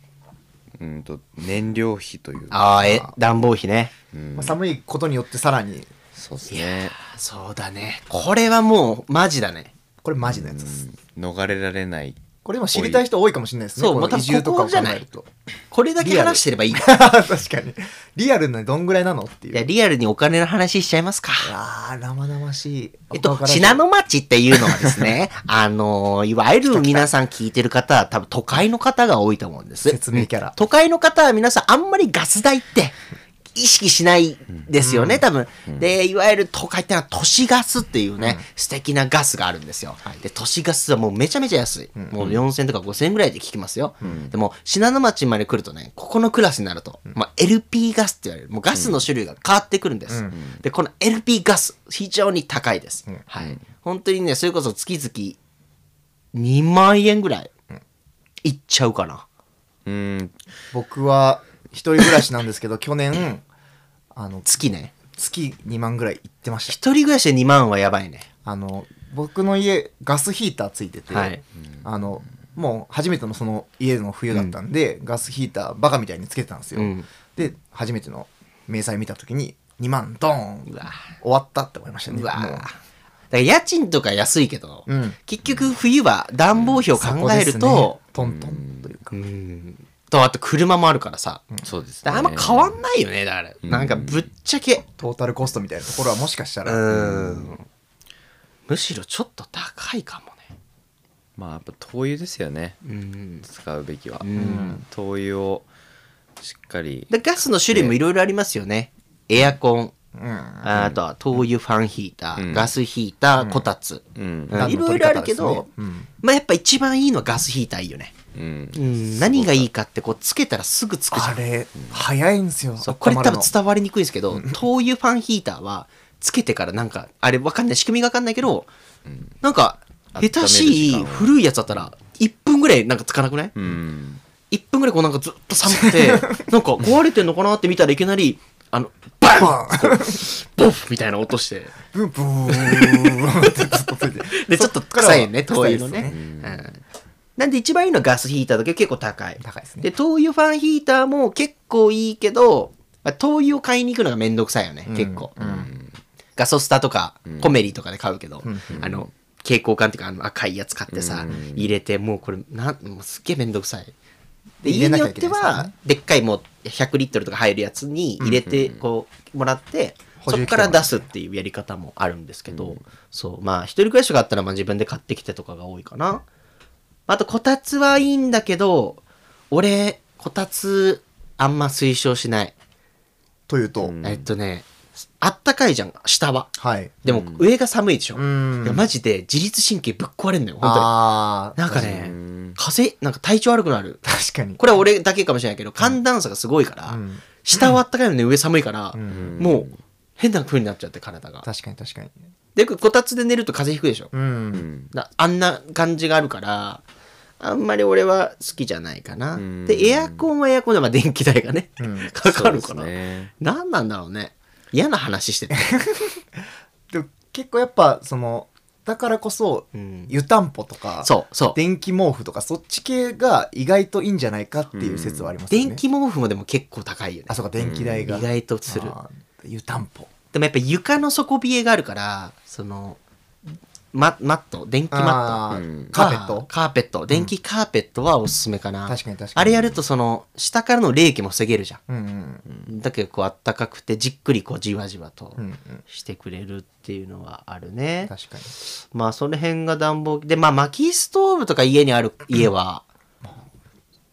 S4: うんと燃料費というか、
S2: ああ、え、暖房費ね。
S4: うん
S3: まあ、寒いことによってさらに
S4: そうっす
S2: いや
S4: ね
S2: ーそうだねこれはもうマジだね
S3: これマジのやつです
S4: うん逃れられない
S3: これ今知りたい人多いかもしれないですね
S2: そう
S3: この
S2: また
S3: 移住とかを考えると
S2: これだけ話してればいい。い
S3: [LAUGHS] 確かにリアルなどんぐらいなのっていう
S2: や、リアルにお金の話しちゃいますか。
S3: あー生々しい
S2: えっ
S3: わ
S2: と
S3: か、らんけど
S2: 信濃町っていうのはですね、 [LAUGHS] あのー、いわゆる皆さん聞いてる方は多分都会の方が多いと思うんです。
S3: 説明キャラ
S2: 都会の方は皆さんあんまりガス代って意識しないですよね、多分、で、いわゆる都会ってのは都市ガスっていうね、素敵なガスがあるんですよ。で、都市ガスはもうめちゃめちゃ安い。もう4000とか5000ぐらいで効きますよ。でも、信濃町まで来るとね、ここのクラスになると、まあ、LP ガスって言われる、もうガスの種類が変わってくるんです。で、この LP ガス、非常に高いです。はい。本当にね、それこそ月々2万円ぐらい、いっちゃうかな。
S4: うん
S3: 僕は一人暮らしなんですけど去年
S2: [LAUGHS]
S3: あの
S2: 月ね。
S3: 月2万ぐらい行ってました
S2: 一人暮らしで2万はやばいね。
S3: あの僕の家ガスヒーターついてて、
S2: はい
S3: あのもう初めてのその家の冬だったんで、ガスヒーターバカみたいにつけてたんですよ、
S2: うん
S3: で初めての明細見た時に2万ドーン
S2: うわ
S3: 終わったって思いましたね
S2: うわだ
S3: もう
S2: から家賃とか安いけど、
S3: うん
S2: 結局冬は暖房費を考える、
S3: そことですねトントンというか、
S2: うんとあと車もあるからさ、
S4: そうです
S2: だからあんま変わんないよねだから、なんかぶっちゃけ
S3: トータルコストみたいなところはもしかした
S2: う
S3: ら、
S2: んむしろちょっと高いかもね
S4: まあやっぱ灯油ですよね
S2: うん
S4: 使うべきは、灯油をしっかり
S2: でガスの種類もいろいろありますよねエアコン
S3: うん
S2: あとは灯油ファンヒーター、
S4: うん
S2: ガスヒーター、こたつ、
S4: うん
S2: うんいろいろあるけど、
S3: うん
S2: まあやっぱ一番いいのはガスヒーターいいよね
S4: うん
S2: うん、何がいいかってこうつけたらすぐつくじゃ
S3: あ
S2: ん
S3: れ早いんですよ
S2: そうこれ
S3: 温ま
S2: 多
S3: る
S2: 分
S3: の
S2: 伝わりにくいんですけど灯油ファンヒーターはつけてからなんかあれわかんない仕組みがわかんないけど、なんか下手し
S4: 温め
S2: い
S4: る時間を
S2: 古いやつだったら1分ぐらいなんかつかなくない、
S4: うん
S2: 1分ぐらいこうなんかずっと寒くてなんか壊れてんのかなって見たらいきなりあのバン
S3: バン
S2: ボフみたいな音して
S3: ブンブーンってずっとついて
S2: でちょっと臭いよね灯油のね
S3: 臭いです
S2: うんなんで一番いいのはガスヒーターだけど結構高い
S3: 高いですね
S2: で灯油ファンヒーターも結構いいけどまあ灯油を買いに行くのがめんどくさいよね、結構、ガソスタとか、コメリとかで買うけど、あの蛍光管っていうかあの赤いやつ買ってさ、入れてもうこれなんもうすっげえめんどくさいで
S3: 入
S2: 家
S3: れ
S2: に
S3: なき
S2: よ
S3: ゃ
S2: っ
S3: いけ
S2: て
S3: ないですから
S2: は
S3: ね
S2: でっかいもう100リットルとか入るやつに入れてこうもらって、
S3: 補
S2: そ
S3: 充
S2: こ
S3: 器
S2: から出すっていうやり方もあるんですけど、そうまあ一人暮らしがあったらまあ自分で買ってきてとかが多いかなあとこたつはいいんだけど俺こたつあんま推奨しない、
S3: というと、
S2: えっとねあったかいじゃん下は
S3: はい
S2: でも上が寒いでしょ、
S3: ん
S2: いやマジで自律神経ぶっ壊れんのよ本
S3: あ
S2: 当になんか
S4: う
S2: ね
S4: ん
S2: 風邪なんか体調悪くなる
S3: ー確かに
S2: これは俺だけかもしれないけど、寒暖差がすごいから、
S3: うん
S2: 下はあったかいのに上寒いから、
S3: ん
S2: もう変な風になっちゃって体が。
S3: 確かに確かに
S2: で、こたつで寝ると風邪ひくでしょ。
S3: うん
S2: だあんな感じがあるから、あんまり俺は好きじゃないかな。
S4: ん
S2: で、エアコンはエアコンで、まあ、電気代がね、かかるから、
S4: そうですね
S2: 何なんだろうね。嫌な話してる。
S3: でも結構やっぱそのだからこそ、
S2: うん
S3: 湯たんぽとか
S2: そうそう
S3: 電気毛布とかそっち系が意外といいんじゃないかっていう説はありますよね、
S2: 電気毛布もでも結構高いよね
S3: あ。そうか電気代
S2: 意
S3: が、
S2: 外とする。
S3: あー湯たんぽ
S2: でもやっぱ床の底冷えがあるから、その、ま、マット、電気マット。
S3: あー
S4: うん
S3: カーペット
S2: カーペット電気カーペットはおすすめかな、
S3: 確かに確かに
S2: あれやるとその下からの冷気も防げるじゃ
S3: うんうん
S2: んだけどこうあったかくてじっくりこうじわじわと
S3: うんうん
S2: してくれるっていうのはあるね、
S3: 確かに
S2: まあその辺が暖房でまあ薪ストーブとか家にある家は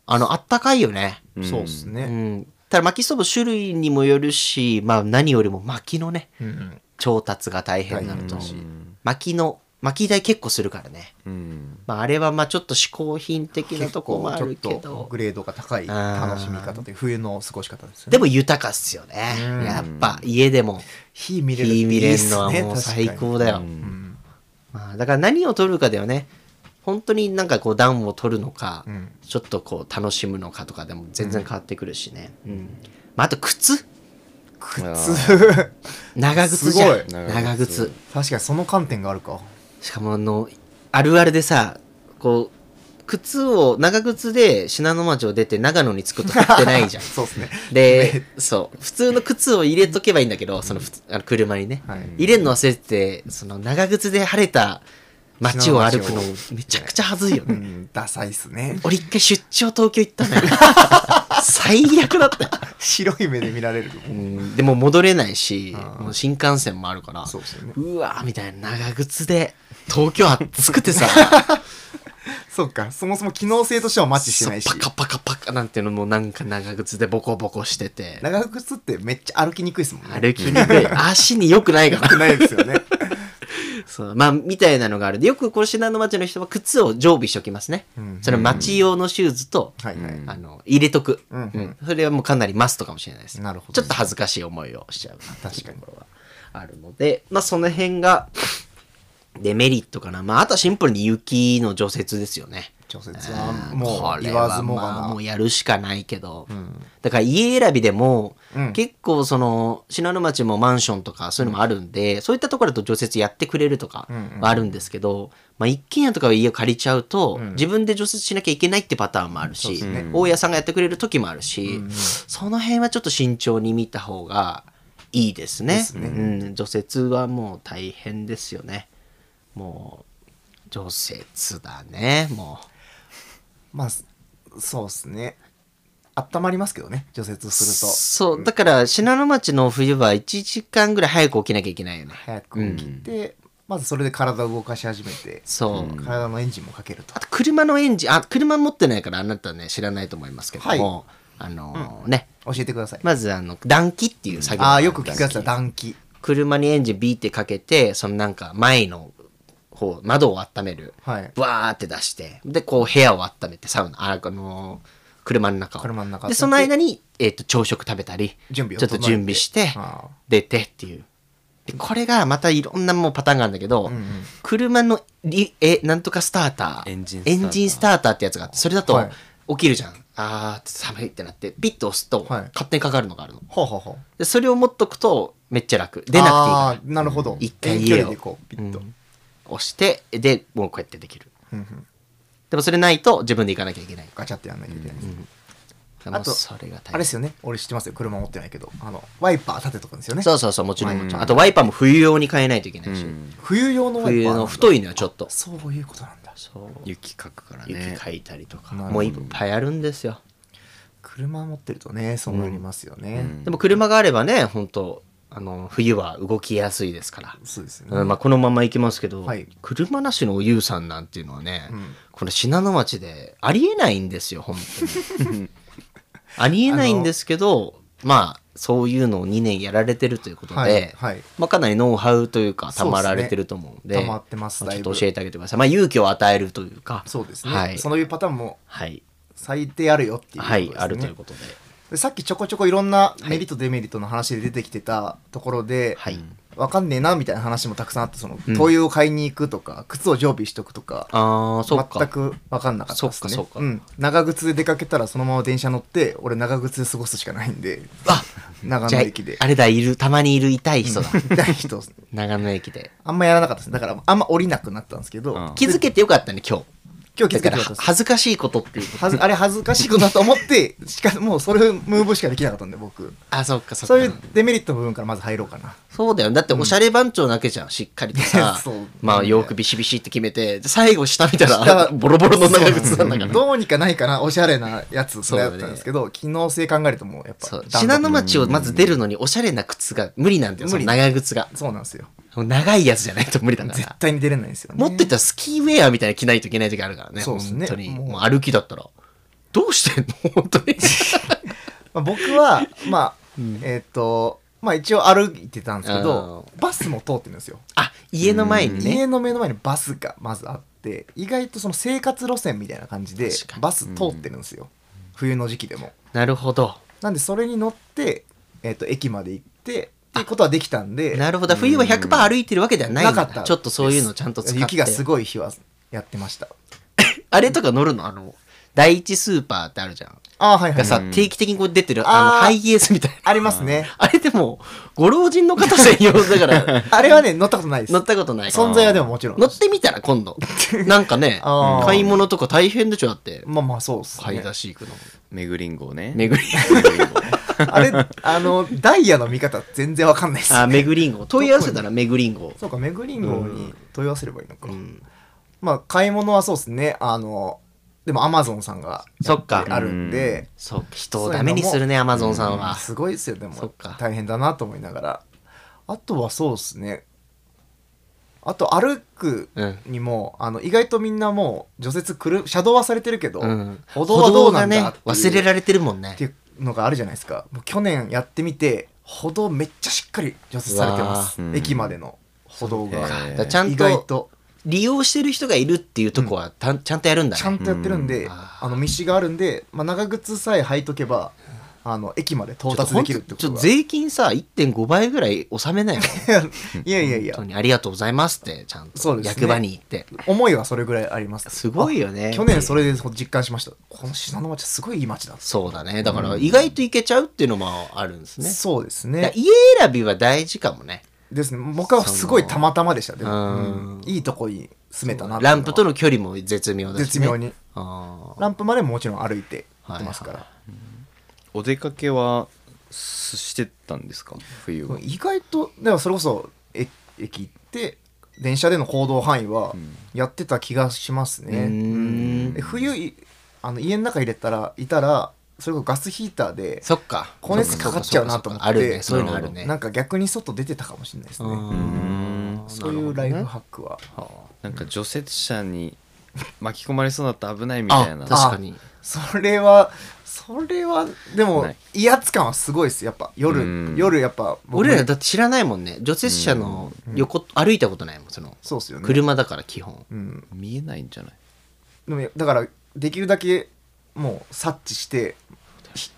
S2: あのあったかいよね
S4: うん
S3: そうっす
S2: う
S3: ね、
S2: んただ薪ストーブ種類にもよるしまあ何よりも薪のね
S3: うんうん
S2: 調達が大変になると
S3: 大変だし
S2: 薪の薪代結構するからね
S4: うん
S2: まああれはまあちょっと嗜好品的なとこもあるけ
S3: 結構ちょっ
S2: ど
S3: とグレードが高い楽しみ方という冬の過ごし方ですよね
S2: でも豊かっすよね。
S3: うん
S2: やっぱ家でも
S3: 火見れるってい
S2: 火見
S3: い
S2: れ
S3: っ
S2: る
S3: す
S2: のは
S3: ね
S2: もう最高だ
S4: う
S2: よ。
S4: ん
S3: うん
S2: まあ、だから何を取るかだよね。本当になんかこう暖を取るのか、
S3: ん
S2: ちょっとこう楽しむのかとかでも全然変わってくるしね。うん。まあ、あと靴 [LAUGHS]
S3: 靴
S2: 長靴じゃん。
S3: す
S4: ごい
S2: 長
S4: 長
S2: 靴
S4: 靴。
S3: 確かにその観点があるか
S2: しかもあの、あるあるでさ、こう、靴を、長靴で信濃町を出て長野に着くと買ってないじゃん。
S3: そうですね [LAUGHS]
S2: で、そう、普通の靴を入れとけばいいんだけど、そのふつあの車にね、
S3: はい
S2: 入れるの忘れてて、その長靴で晴れた街を歩くのめちゃくちゃ恥ずいよ
S3: う
S2: ね。
S3: ん、ダサいっすね。
S2: 俺一回出張東京行ったのよ。 [LAUGHS] 最悪だったよ。
S3: 白い目で見られる。
S2: うんでも戻れないし、
S3: あー
S2: もう新幹線もあるから、
S3: そうですよね。
S2: うわーみたいな長靴で、東京暑くてさ、
S3: [LAUGHS] そうか、そもそも機能性としてはマッチしてないし
S2: そう。パカパカパカなんていうのもなんか長靴でボコボコしてて、
S3: 長靴ってめっちゃ歩きにくいですもんね。
S2: 歩きにく
S3: [LAUGHS]
S2: い。足に良くないから
S3: 良。くないですよね。
S2: そう、まあ、みたいなのがある。で、よくこの信濃町の人は靴を常備しておきますね。
S3: うん
S2: その町用のシューズと、
S3: はいはい。
S2: あの、入れとく、
S3: うんうん
S2: それはもうかなりマストかもしれないです。
S3: なるほど
S2: ちょっと恥ずかしい思いをしちゃうな
S3: 確かに
S2: ところはあるので、まあ、その辺が、デメリットかな。まあ、あとはシンプルに雪の除雪ですよね。
S3: 除雪は
S2: うん
S3: も
S2: こ
S3: う
S2: れ
S3: 言
S2: は
S3: わずもが
S2: まあ
S3: な。
S2: もうやるしかないけど、
S3: ん
S2: だから家選びでも、
S3: うん
S2: 結構その信濃町もマンションとかそういうのもあるんで、そういったところだと除雪やってくれるとか
S3: うんうん
S2: はあるんですけど、まあ、一軒家とかは家を借りちゃうと、
S3: うん
S2: 自分で除雪しなきゃいけないってパターンもある
S3: そうで
S2: し、
S3: すね
S2: 大家さんがやってくれる時もあるし、
S3: うん
S2: その辺はちょっと慎重に見た方がいいですね
S3: ですね
S2: うん、除雪はもう大変ですよねもう除雪だねもう。
S3: まあ、そうですね。温まりますけどね、除雪すると。
S2: そう、だから、信濃町の冬は1時間ぐらい早く起きなきゃいけないよね。
S3: 早く起きて、まずそれで体を動かし始めて、
S2: そう。
S3: 体のエンジンもかけると
S2: あ。と、車のエンジン、あ、車持ってないからあなたね、知らないと思いますけども、あのーね、
S3: 教えてください。
S2: まず、あの、暖気っていう作業。
S3: ああ、よく聞くやつだ、暖気。
S2: 車にエンジンビーってかけて、そのなんか、前の方、窓を温める。
S3: はい。
S2: ブワーって出して、で、こう、部屋を温めて、サウナ、あ、あのー車の中を。
S3: 車の中
S2: で、その間に、えっ、と、朝食食べたり、
S3: 準備を
S2: ちょっと準備して、
S3: ああ
S2: 出てっていう。で、これがまたいろんなもうパターンがあるんだけど、
S3: うんうん
S2: 車のリ、え、なんとかスターター。
S4: エンジンスターター
S2: エンジンスターターってやつがあって、それだと
S3: はい
S2: 起きるじゃん。あー、寒いってなって、ピッと押すと、
S3: はい
S2: 勝手にかかるのがあるの。
S3: ほうほうほう。
S2: で、それを持っとくと、めっちゃ楽。出なくていいか
S3: あーなるほど。
S2: 一回
S3: 遠
S2: 家
S3: 距
S2: を
S3: 離でこう、ピッと。
S2: うんら。押して、で、もうこうやってできる。
S3: うんうん
S2: でもそれないと、自分で行かなきゃいけない。
S3: ガチャってやんないといけない。
S2: もう
S3: あと
S2: それが大変。
S3: あれですよね。俺知ってますよ。車持ってないけど。あの、ワイパー立てとくんですよね。
S2: そうそうそう、もちろん。
S4: うん
S2: あと、ワイパーも冬用に変えないといけないし。
S3: 冬用のワイパー
S2: 冬
S3: なんだ
S2: の太いのよ、ちょっと。
S3: そういうことなんだ。
S2: そう。
S4: 雪かくから
S2: 雪
S4: ね
S2: かいたりとか、
S3: なるほど
S2: もういっぱいあるんですよ、
S3: 車持ってるとね、そうなりますよね。
S4: うん
S2: でも車があればね本当あの冬は動きやすいですから、
S3: そうですよね。
S2: うんまあ、このまま行きますけど、
S3: はい
S2: 車なしのおゆうさんなんていうのはね、
S3: ん
S2: この信濃町でありえないんですよ本当
S3: [LAUGHS]
S2: にありえないんですけどまあそういうのを2年やられてるということで、
S3: はいはい
S2: まあ、かなりノウハウというかた
S3: そうですね
S2: まられてると思うんで
S3: 溜まってます
S2: あ
S3: だ
S2: ちょ
S3: い
S2: っ
S3: ぶ
S2: と教えてあげてください、まあ、勇気を与えるというか
S3: そうですね。
S2: はい
S3: そういうパターンも
S2: はい、
S3: 最低あるよっていうこと
S2: は
S3: で
S2: い
S3: すね。
S2: あるということで
S3: でさっきちょこちょこいろんなメリットデメリットの話で出てきてたところで、
S2: はい、
S3: わかんねえなみたいな話もたくさんあってその
S2: うん
S3: 灯油を買いに行くとか、靴を常備しとくとか
S2: ああそうか
S3: 全く分かんなかったですね
S2: そっかそっか
S3: ん、長靴で出かけたらそのまま電車乗って俺長靴で過ごすしかないんで
S2: あ
S3: 長
S2: じ
S3: 野
S2: ゃ
S3: 駅で
S2: ああれだいるたまにいる痛い人だ
S3: 痛 [LAUGHS] い人
S2: 長野駅で
S3: あんまやらなかったですだからあんま降りなくなったんですけど、
S4: うん
S2: 気づけてよかったね今日
S3: 今日気づけ
S2: だか
S3: てな
S2: ら
S3: かっ
S2: は
S3: たです
S2: 恥ずかしいことっていうこと
S3: はずあれ恥ずかしいことだと思ってしかもうそれムーブしかできなかったんで僕
S2: あそっかそっか
S3: そういうデメリットの部分からまず入ろうかな
S2: そうだよだっておしゃれ番長だけじゃんしっかりとさ
S3: [LAUGHS] そう
S2: まあ洋服ビシビシって決めてで最後下見たら
S3: 下
S2: ボロボロの長靴なんだから
S3: どうにかないかなおしゃれなやつ
S2: そうだ
S3: だ
S2: ね
S3: ったんですけど、機能性考えるともうやっ
S2: そ
S3: ぱ
S2: う信濃町をまず出るのにおしゃれな靴が無理なんだよその長靴が
S3: そうなんですよ
S2: もう長いやつじゃないと無理だか
S3: 絶
S2: ら
S3: 対に出れないんですよね
S2: 持ってたらスキーウェアみたいなの着ないといけない時あるからね
S3: そうですね
S2: 本当に
S3: もう
S2: もう歩きだったらどうしてんの [LAUGHS] 本当
S3: [LAUGHS]
S2: に
S3: まあ、僕はまあ、えーっ、とまあ一応歩いてたんですけど
S2: う
S3: バスも通ってるんですよ、
S2: あ家の前にね
S3: 家の目の前にバスがまずあって意外とその生活路線みたいな感じで
S2: 確かに
S3: バス通ってるんですよ、冬の時期でも
S2: なるほど。
S3: なんでそれに乗って、えーっと駅まで行ってっていうことはできたんで
S2: なるほど。冬は100%歩いてるわけではないんだ。
S3: なかった
S2: ちょっとそういうのちゃんと使って。
S3: 雪がす
S2: ごい。
S3: ごい日はやってました
S2: あれとか乗るのあの、第一スーパーってあるじゃん。
S3: ああはいは
S2: が
S3: い、
S2: さ、
S3: はい、
S2: 定期的にこう出てる、あ
S3: あー
S2: の、ハイエースみたいな。 [LAUGHS]
S3: ありますね
S2: あれでも、ご老人の方専用だ
S3: [LAUGHS]
S2: から、
S3: あれはね乗ったことないです
S2: 乗ったことないから。
S3: 存在はでももちろん
S2: 乗ってみたら今度。なんかね、
S3: [LAUGHS] あー
S2: 買い物とか大変でしょ、だって。
S3: まあまあそうっす
S2: 買い
S3: ね
S2: 出し行くの。
S4: めぐりんごね
S2: 巡り。
S3: あれあのダイヤの見方全然わかんないっす
S2: [LAUGHS] あ、巡りんご。問い合わせたら巡りんご。
S3: そうか、メグリンゴに問い合わせればいいのか。まあ買い物はそうですねあのでもアマゾンさんが
S2: そっか
S3: あるんで
S2: そう人をダメにするねアマゾンさんは
S3: すごいですよでも
S2: そっか
S3: 大変だなと思いながらあとはそうですねあと歩く
S2: うん
S3: にも、あの意外とみんなもう除雪くる車道はされてるけど、
S2: うん
S3: 歩道はどうなんだ
S2: 歩道がね忘れられてるもんね
S3: っていうのがあるじゃないですかもう去年やってみて歩道めっちゃしっかり除雪されてます
S4: うわー
S3: 駅までの歩道
S4: そう
S3: が
S4: か
S2: だからちゃん
S3: 意外
S2: と
S3: と
S2: 利用してる人がいるっていうとこはたんちゃんとやるんだ
S3: ちゃ
S2: ね
S3: んとやってるんで、
S2: うん
S3: あの道があるんで、まあ、長靴さえ履いとけばあの駅まで
S2: ちょ
S3: 到
S2: っと
S3: 達できるってこ
S2: ちょ
S3: と
S2: っと
S3: が
S2: 税金さ1.5倍ぐらい納めなよ
S3: いやいやい
S2: 本
S3: や
S2: 当にありがとうございますってちゃん
S3: そう
S2: と
S3: ですね
S2: 役場に行って
S3: 思いはそれぐらいあります
S2: すごいよね
S3: あ去年それで実感しましたこの信濃町はすごいいい町だ、
S2: そうだねだから意外といけちゃうっていうのもあるんですね
S3: そうです
S2: だから
S3: ね
S2: 家選びは大事かもね
S3: ですね僕はすごいたまたまでしたでも、
S2: うん
S3: うんいいとこに住めたなっていう
S2: ラ
S3: のは
S2: ンプとの距離も絶妙だし、ね、
S3: 絶妙に
S2: あー
S3: ランプまでももちろん歩いて行ってますから、
S4: お出かけはすしてたんですか冬は、
S3: 意外とだからそれこそえ駅行って電車での行動範囲は
S4: ん
S3: やってた気がしますね、
S2: うーん
S3: で冬いあの家の中入れたらいたらそれこそガスヒーターで
S2: そっか
S3: 高熱かかっちゃうなと思って
S2: あるねそういうのあるね
S3: なんか逆に外出てたかもしれないです
S2: う
S3: ね
S2: ん
S3: そういうライフハックは、
S4: なんか除雪車に巻き込まれそうだった危ないみたいな
S2: あ確かに
S3: それはそれはでも
S4: ない
S3: 威圧感はすごいですやっぱ夜、
S4: うん
S3: 夜やっぱ僕
S2: 俺らだって知らないもんね除雪車の横歩いたことないもんその
S3: そうっすよね
S2: 車だから基本
S3: うん、
S4: 見えないんじゃない
S3: でもだからできるだけもう察知して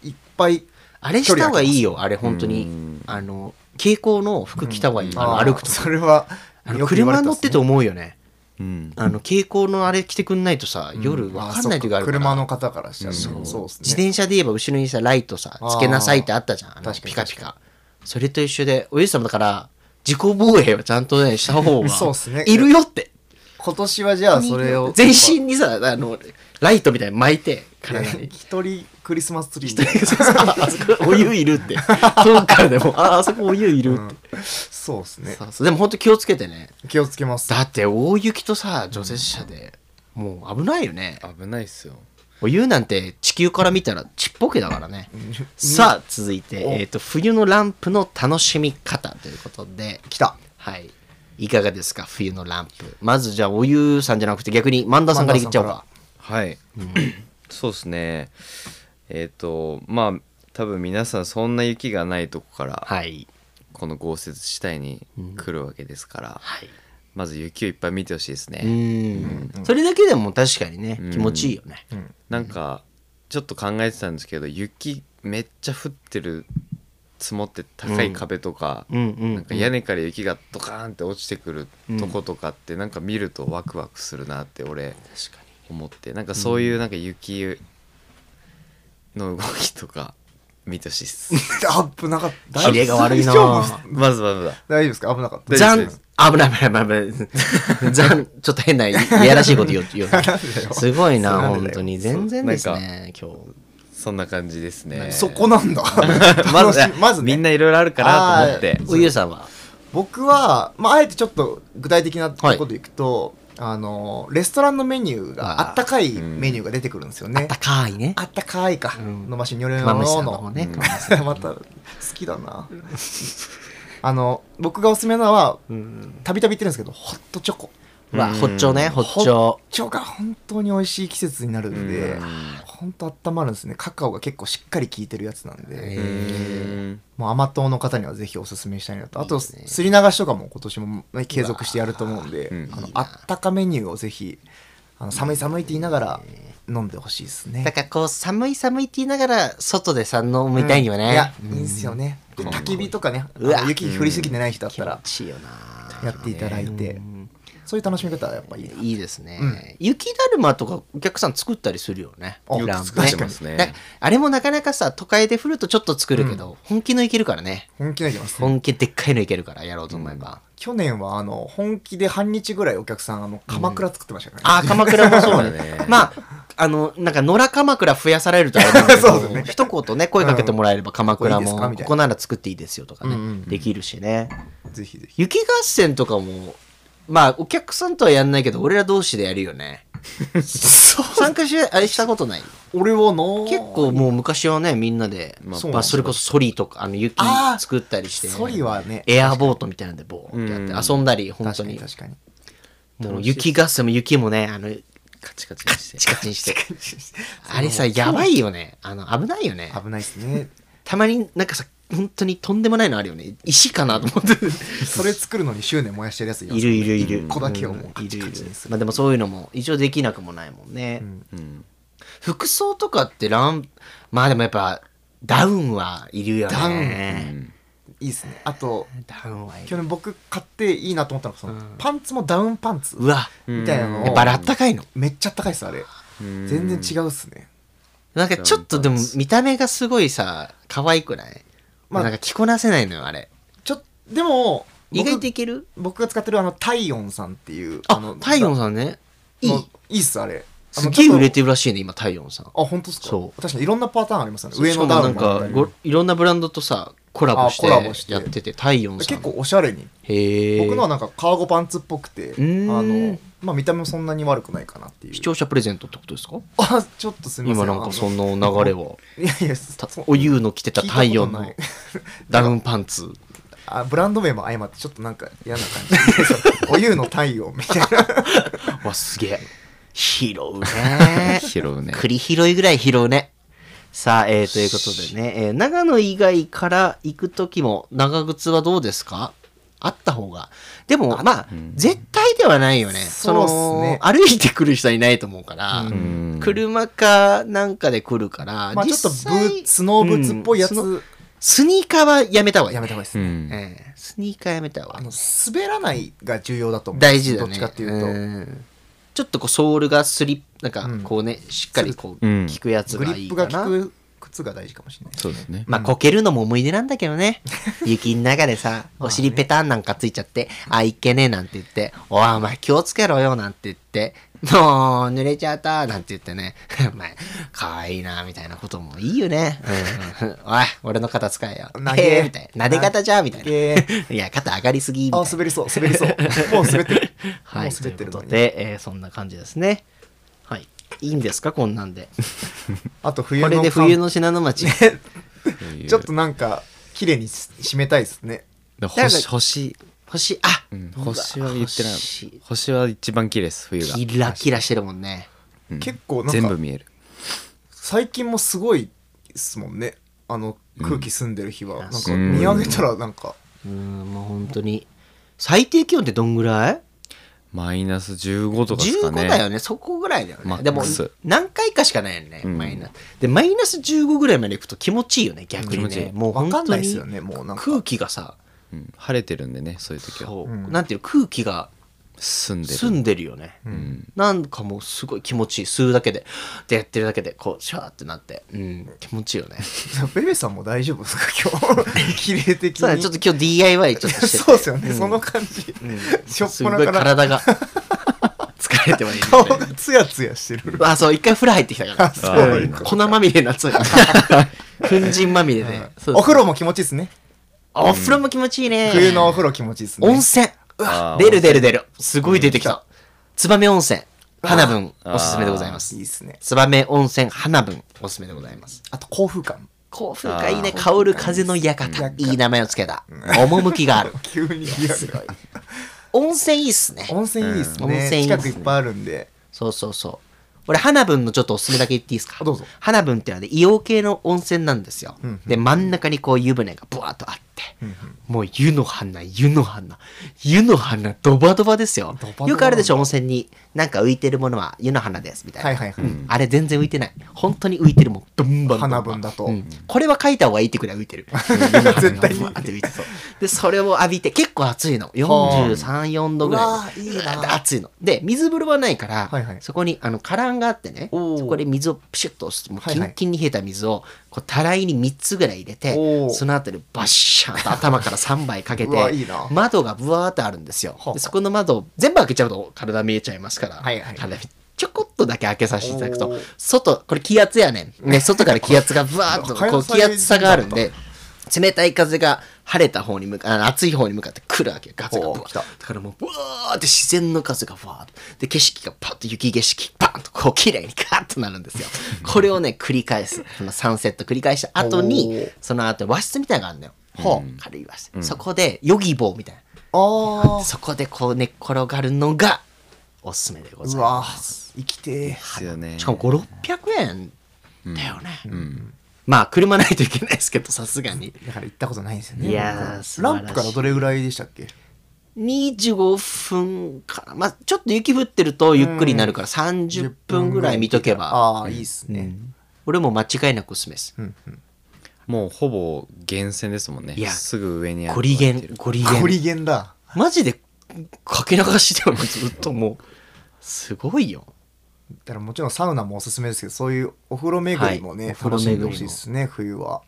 S3: いいっぱい
S2: あれした方がいいよあれ本当
S4: う
S2: に
S4: ん
S2: あの蛍光の服着た方がいいあ
S3: あー
S2: の歩くと
S3: それは
S2: あの
S3: よく言われ
S2: 車
S3: た
S2: 乗
S3: っ
S2: っ
S3: す
S2: て
S3: ね
S2: て思うよね
S4: うん
S2: あの蛍光のあれ着てくんないとさ夜
S3: うん
S2: わかんない時があるから
S3: そっ車の方からしたらね
S4: うん
S3: そうですね
S2: 自転車で言えば後ろにさライトさつけなさいってあったじゃんあの
S3: 確か
S2: ピ
S3: に
S2: カピカそれと一緒でおゆうさんもだから自己防衛はちゃんとねした方が
S3: [LAUGHS] そうっすね
S2: いるよって
S3: 今年はじゃあそれを
S2: 全
S3: [LAUGHS]
S2: 身にさあのライトみたいに巻いて体に
S3: 一人クリスマスツリ
S2: [LAUGHS]
S3: ー
S2: あそこお湯いるって遠くからで
S3: [LAUGHS]
S2: もああそこお湯いるって、
S3: そうですね
S2: そうそうでも本当気をつけてね
S3: 気をつけます
S2: だって大雪とさ除雪車で、もう危ないよね
S4: 危ないっすよ
S2: お湯なんて地球から見たらちっぽけだから [LAUGHS] ねさあ続いて、
S3: お
S2: えー、と冬のランプの楽しみ方ということで
S3: 来た
S2: はいいかがですか冬のランプまずじゃあお湯さんじゃなくて逆に萬田さんからいっちゃおうか
S4: はい、そうですねえっ、とまあ多分皆さんそんな雪がないとこから
S2: はい
S4: この豪雪地帯に来るわけですから、
S2: はい
S4: まず雪をいっぱい見てほしいですね、
S2: うんそれだけでも確かにね
S4: うん
S2: 気持ちいいよね
S4: なんかちょっと考えてたんですけど雪めっちゃ降ってる積もって高い壁とか、
S2: うんうん
S4: なんか屋根から雪がドカーンって落ちてくるとことかってなんか見るとワクワクするなって俺
S2: 確か
S4: 思ってなんかそういうなんか雪の動きとか見てほしいっす
S3: あ危なかった
S2: キレが悪いな
S3: 大丈夫です
S4: まずまずだ
S3: 大丈夫ですか危なかった
S2: に
S4: 大
S2: ザ
S4: 丈夫
S2: ン
S4: です
S2: 危ない危ない危ないザンちょっと変ないや [LAUGHS] らしいこと言う言うねすごいな
S3: なんでだよ
S2: 本当に全然ですね今日
S4: そんな感じですね
S3: そこな
S2: [LAUGHS]
S3: んだ
S4: ま
S3: 楽
S4: ず
S3: しいまずね
S4: みんないろいろあるかなと思って
S2: おゆうさんは
S3: 僕は、まあ、あえてちょっと具体的なところでいくと、あのレストランのメニューが
S2: あー
S3: あったかいメニューが出てくるんですよね、
S2: 高いね
S3: あったかいか、
S2: うん
S3: のばしにょれ
S2: 熊
S3: の
S2: 飯さんの
S3: の
S2: 方ね
S3: [LAUGHS] また好きだなあの僕がおすすめなのは
S2: うん
S3: たびたび言ってるんですけどホットチョコ
S2: うわ
S4: うん
S2: ほっちょねほっちょ
S3: チョコが本当に美味しい季節になるんで
S4: うん
S3: 本当温まるんですねカカオが結構しっかり効いてるやつなんで、
S2: へ
S4: う
S2: ー
S4: ん
S3: もう甘党の方にはぜひおすすめしたいなとあと
S2: いいですね
S3: すり流しとかも今年もね継続してやると思うんで
S4: うわー
S3: あ
S2: う
S3: の
S2: ん
S3: あったかメニューをぜひあの寒い寒いって言いながら飲んでほしいですね
S2: だからこう寒い寒いって言いながら外でさ飲みたいんよ
S3: うんい
S2: ね
S3: やいいんすよねで
S4: うん
S3: 焚き火とかね
S2: うわ
S3: あの雪降りすぎてない人だっ
S2: 気
S3: た
S2: 持
S3: ら
S2: ちいいよな
S3: やっていただいて
S2: うん
S3: そういう楽しみ方はやっぱいいない
S2: いですね、
S3: うん
S2: 雪だるまとかお客さん作ったりするよねラ
S3: あ
S2: ンプ
S4: よく作ってますね
S2: だからあれもなかなかさ都会で降るとちょっと作るけど、本気のいけるからね
S3: 本気でいきます
S2: 本気でっかいのいけるからやろうと思えば、
S3: 去年はあの本気で半日ぐらいお客さんあの鎌倉作ってましたからね
S2: ああ鎌倉もそうだ
S4: そうだ
S2: ね
S4: ね
S2: [LAUGHS] まああのなんか野良鎌倉増やされるとあれなんだけ
S3: [LAUGHS] そう
S2: ど、
S3: ですね
S2: 一言ね声かけてもらえれば鎌倉
S3: ここいいです
S2: も
S3: か
S2: こ
S3: みたいな
S2: こなら作っていいですよとかね、
S3: うんうんうん
S2: できるしね
S3: ぜひぜひ
S2: 雪合戦とかもまあ、お客さんとはやんないけど、俺ら同士でやるよね。
S3: そう
S2: 参加し、あれしたことない
S3: 俺はな
S2: 結構もう昔はね、みんなで、
S4: ま
S2: ま
S4: あ
S2: あ、それこそソリとか、あの、雪
S3: あー
S2: 作ったりして、
S3: ソリはね
S2: エアボートみたいなんで、ボーってやって、
S4: う
S2: 遊んだり、本
S3: 確
S2: 当
S3: かに
S2: に。
S3: 確かに
S2: もう雪合戦も雪もね、あの、
S4: カチカチにして
S2: チカチンして。あれさ、やばいよね。あの、危ないよね。
S3: 危ないですね
S2: たまになんかさ、本当にとんでもないのあるよね。石かなと思って。
S3: それ作るのに執念燃やしてるや
S2: [LAUGHS]
S3: つ
S2: いるいるい
S4: うん
S2: る。
S3: ここだけをもう
S2: うんいるい
S3: カチ
S2: る
S3: カチにす。る
S2: まあでもそういうのも一応できなくもないもんね。
S3: うん
S4: うん
S2: 服装とかってラン、まあでもやっぱダウンはいるよね。
S3: ダウ
S4: う
S3: ン
S4: ん
S3: いいですねあと
S2: ダウンはい
S3: 去
S2: る。
S3: 年僕買っていいなと思ったのがその、
S2: うん
S3: パンツもダウンパンツ
S2: うわ、
S3: みたいなのを
S2: やっぱラッタかいの。
S3: めっちゃ高いっすあれ
S4: うん
S3: 全然違うっすね
S2: なんかちょっとでも見た目がすごいさ、可愛くない
S3: まあ
S2: なんか着こなせないのよ、あれ。
S3: ちょでも
S2: 意
S3: 僕
S2: 外といける
S3: 僕が使ってるあの体温さんっていう
S2: あ
S3: の、
S2: 体温さんね。い
S3: の
S2: い。
S3: いいっすあれあの
S2: すげえ
S3: ちょっと
S2: 売れてるらしいね、今、体温さん。
S3: あ本当っすか
S2: そう
S3: 確かにいろんなパターンありますよね
S2: 上の
S3: 上の
S2: ダ
S3: ダ
S2: ウ
S3: ウ
S2: ン
S3: ン
S2: か
S3: もあったり
S2: ごいろんなブランドとさコラボして
S3: あコラボして
S2: やってて体温さん
S3: 結構おしゃれに
S2: へえ
S3: 僕のはなんかカーゴパンツっぽくてあ
S2: ーん
S3: のまあ見た目もそんなに悪くないかなっていう
S2: 視聴者プレゼントってことですか
S3: あちょっとすみませ
S2: 今
S3: ん
S2: なんかそ
S3: な
S2: の流れを
S3: いやいや
S2: た
S3: そ
S2: おゆうの着てた
S3: 聞いたことない
S2: 体温のダウンパンツ
S3: あブランド名も相まってちょっとなんか嫌な感じお湯の太陽みたいな
S2: [LAUGHS] わす
S3: [LAUGHS]
S2: げえ [LAUGHS] 拾うね
S4: 拾うね
S2: 栗拾いぐらい拾うねさあ、えー、ということでね、えー長野以外から行く時も長靴はどうですかあった方がでもまあ、
S4: うん
S2: 絶対ではないよねそ
S3: そうっすね
S2: の歩いてくる人はいないと思うから、
S3: うん
S4: うん
S2: 車かなんかで来るから、
S3: まあちょっと
S2: 実
S3: ブ
S2: 際
S3: ースノーブーツっぽいやつ、
S2: うんスノスニーカーはやめた方がいい、
S3: やめた方がいいです
S4: う
S3: ね、
S4: ん
S2: ええスニーカーやめた方が
S3: あ
S2: いい
S3: の滑らないが重要だと思う
S2: 大事だね
S3: どっちかっていうと、
S2: んちょっとこうソールがスリップなん
S3: うん
S2: かこうね、しっかりこう
S4: うん
S2: 効くやつ
S3: グリ
S2: がい
S3: ッ
S2: い
S3: プ
S2: か
S3: が
S2: な、
S3: 効く靴が大事かもしれないです
S4: そうですね
S2: まあこけるのも思い出なんだけどね雪の中でさお尻ペタンなんかついちゃって「あいけねえ」なんて言って「おいお前気をつけろよ」なんて言って「もう濡れちゃった」なんて言ってね [LAUGHS] 「お前かわいいな」みたいなこともいいよね「うん [LAUGHS] おい俺の肩使えよ」
S3: 投げ
S2: えーみたいな「撫で方じゃ」みたいな「
S3: えー
S2: いや肩上がりすぎ」みたい
S3: あ
S2: な
S3: 滑りそう滑り
S2: [LAUGHS]
S3: そうもう滑ってる、
S2: は
S3: も
S2: いうと
S3: 滑
S2: い
S3: って
S2: う
S3: る
S2: こ
S3: の
S2: と
S3: に
S2: で、えーそんな感じですねはいいいんですかこんなんで
S3: あと冬
S2: こ
S3: の
S2: れで
S3: 寒
S2: 冬の信濃町
S4: いう
S3: ちょっとなんか綺麗に締めたいですね
S2: な
S4: で
S2: ん
S4: 星
S2: か
S4: 星
S2: 星あ、
S4: うん
S2: うわ
S4: 星は言ってない
S2: 星
S4: 星は一番綺麗です冬が
S2: キラキラしてるもんね
S4: うん
S3: 結構なん
S4: 全部
S3: か
S4: 見える
S3: 最近もすごいですもんねあの空気澄んでる日は、なんか
S4: うん
S3: 見上げたらなんか、
S2: うんもう本当に最低気温ってどんぐらい
S4: マイナス15とかですか
S2: ?15
S4: ね
S2: だよねそこぐらいだよ
S4: マック
S2: ね
S4: ス
S2: でも何回かしかないよね
S4: うん
S2: マイナスでマイナス15ぐらいまで行くと気持ちいいよね逆に
S4: 気持ちい
S2: ね
S4: い
S2: もう
S3: わか
S2: 本
S3: ん
S2: 当
S3: ないで
S2: に
S3: すよねもうなんか
S2: 空気がさ
S4: うん晴れてるんでねそういう時は
S2: そう
S3: うん
S2: なんていうの空気が
S4: 住んでる
S2: 澄んでるよね
S4: うん
S2: なんかもうすごい気持ちいい吸うだけででやってるだけでこうシャーってなってうん気持ちいい
S4: [LAUGHS]
S2: よね
S3: ベベさんも大丈夫ですか今日綺麗的に
S2: そうだねちょっと今日 DIY ちょっと
S4: [LAUGHS]
S2: してて
S3: そうですよね、
S2: ん
S3: その感じ、
S2: うん
S3: [LAUGHS] しょっ
S2: す
S3: ぱ
S2: ご
S3: ないから [LAUGHS]
S2: 体が疲れてはいる
S3: 顔がツヤツヤしてる
S2: あ、そう、一回風呂入ってきたか
S4: そう
S2: ら。
S4: いい
S2: うん
S4: な
S2: 粉まみれになっちゃう。
S3: [LAUGHS]
S2: 粉塵まみれで。そうそう
S3: お風呂も気持ちいいですね
S2: あお風呂も気持ちいいね。
S3: 冬のお風呂気持ちいいですね
S2: 温泉。うわ
S4: あー
S2: 出る出る出る。すごい出てきた。燕温泉。花分、
S4: あー
S2: おすすめでございま
S3: いい
S2: す。
S3: ですね
S2: 燕温泉、花分、おすすめでございます。
S3: あと幸福感
S2: 甲府がいいね。香る風の
S3: う
S2: 館
S3: ん。
S2: いい名前をつけた。趣がある。
S3: [LAUGHS] 急にリアルが
S2: 温泉いいっすね。
S3: 温泉いいですね,、
S2: うん温泉いいっすね
S3: 近くいっぱいあるんで
S2: そうそうそう。俺、花分のちょっとおすすめだけ言っていいですか
S3: あどうぞ。
S2: 花分ってのはね、硫黄系の温泉なんですよ。
S3: うんうん
S2: で、真ん中にこう湯船がブワーっとあって、
S3: んうん
S2: もう湯の花、湯の花、湯の花、ドバドバですよ。
S3: ドバドバ
S2: よくあるでしょ、温泉に。なんか浮いてるものは湯の花です、みたいな。
S3: はいはいはい、
S4: うん
S2: あれ全然浮いてない。本当に浮いてるもん。どんばんどんばん
S3: 花分だと
S2: うんこれは書いた方がいいってくらい浮いてる。
S3: [LAUGHS] 絶対に
S2: バーって浮いてそう [LAUGHS] で、それを浴びて、結構暑いの。43、4度ぐらいの。
S3: うわーいいな
S2: うわー暑いの。で、水風呂はないから、
S3: はいはい
S2: そこにあの、カランがあってね、
S3: おー
S2: そこで水をプシュッと押す。もう
S3: は
S2: キ
S3: いは
S2: ン
S3: い
S2: キンに冷えた水を、こう、たらいに3つぐらい入れて
S3: お、ー
S2: その後でバッシャーと頭から3杯かけ
S3: うわい
S2: て
S3: いな、
S2: 窓がブワーってあるんですよ
S3: は。あ
S2: でそこの窓を全部開けちゃうと体見えちゃいますから、
S3: はいはい
S2: 体ちょこっとだけ開けさせていただく
S3: お
S2: と
S3: ー、
S2: 外、これ気
S3: [LAUGHS]
S2: 圧やねん。ね、外から気圧がブワーッと、こう気圧差があるんで、冷たい風が晴れた方に向かあの暑い方に向かって来るわけ風がブ
S3: おー
S2: ワ
S3: 来
S2: ー
S3: た
S2: だからもうブワーって自然の風がブワーってで景色がパッと雪景色パンとこう綺麗にカーッとなるんですよこれをね繰り返すこのサンセット繰り返した後
S3: お
S2: に
S3: ー
S2: その後和室みたいなのがあるのよ、
S4: うん
S2: 軽い和室、そこでヨギボーみたいな
S3: ああ
S2: そこでこう寝っ転がるのがおすすめでござ
S3: う
S2: い
S3: わ
S2: ます。
S3: 生きて
S4: ですよね
S2: しかも5、600円だよね。
S4: うん
S2: まあ、車ないといけないですけど、さすがに。
S3: ーだから行ったことないんですよね
S2: いやー、素
S3: ラ
S2: 晴
S3: ンプから
S2: しい
S3: どれぐらいでしたっけ
S2: 25分から、まあ、ちょっと雪降ってるとゆっくりになるから30分ぐらい見とけば、
S3: ああいいっすね
S2: 俺も間違いなくおすすめです。
S3: うんうん
S4: もうほぼ源泉ですもんね
S2: いや
S4: すぐ上にある
S2: ゴリゲ
S4: ってい
S2: ン
S4: う、
S2: ゴリゲ
S3: ゴ
S2: ン。
S3: リゲンだ
S2: マジでかけ流しではずっともう、すごいよ。
S3: だからもちろんサウナもおすすめですけどそういうお風呂巡りもね、
S2: はいお風呂
S3: 楽し
S2: 巡り
S3: ん
S2: も
S3: でほしいですね冬は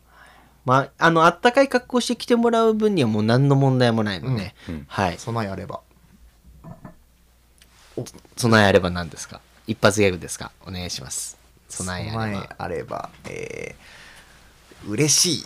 S2: まあ、あの、あったかい格好して来てもらう分にはもう何の問題もないので、
S4: うんうん
S2: はい。
S3: 備えあれば
S2: 備えあれば何ですか一発ギャグですかお願いします。備えあれば。
S3: あればえー、嬉しい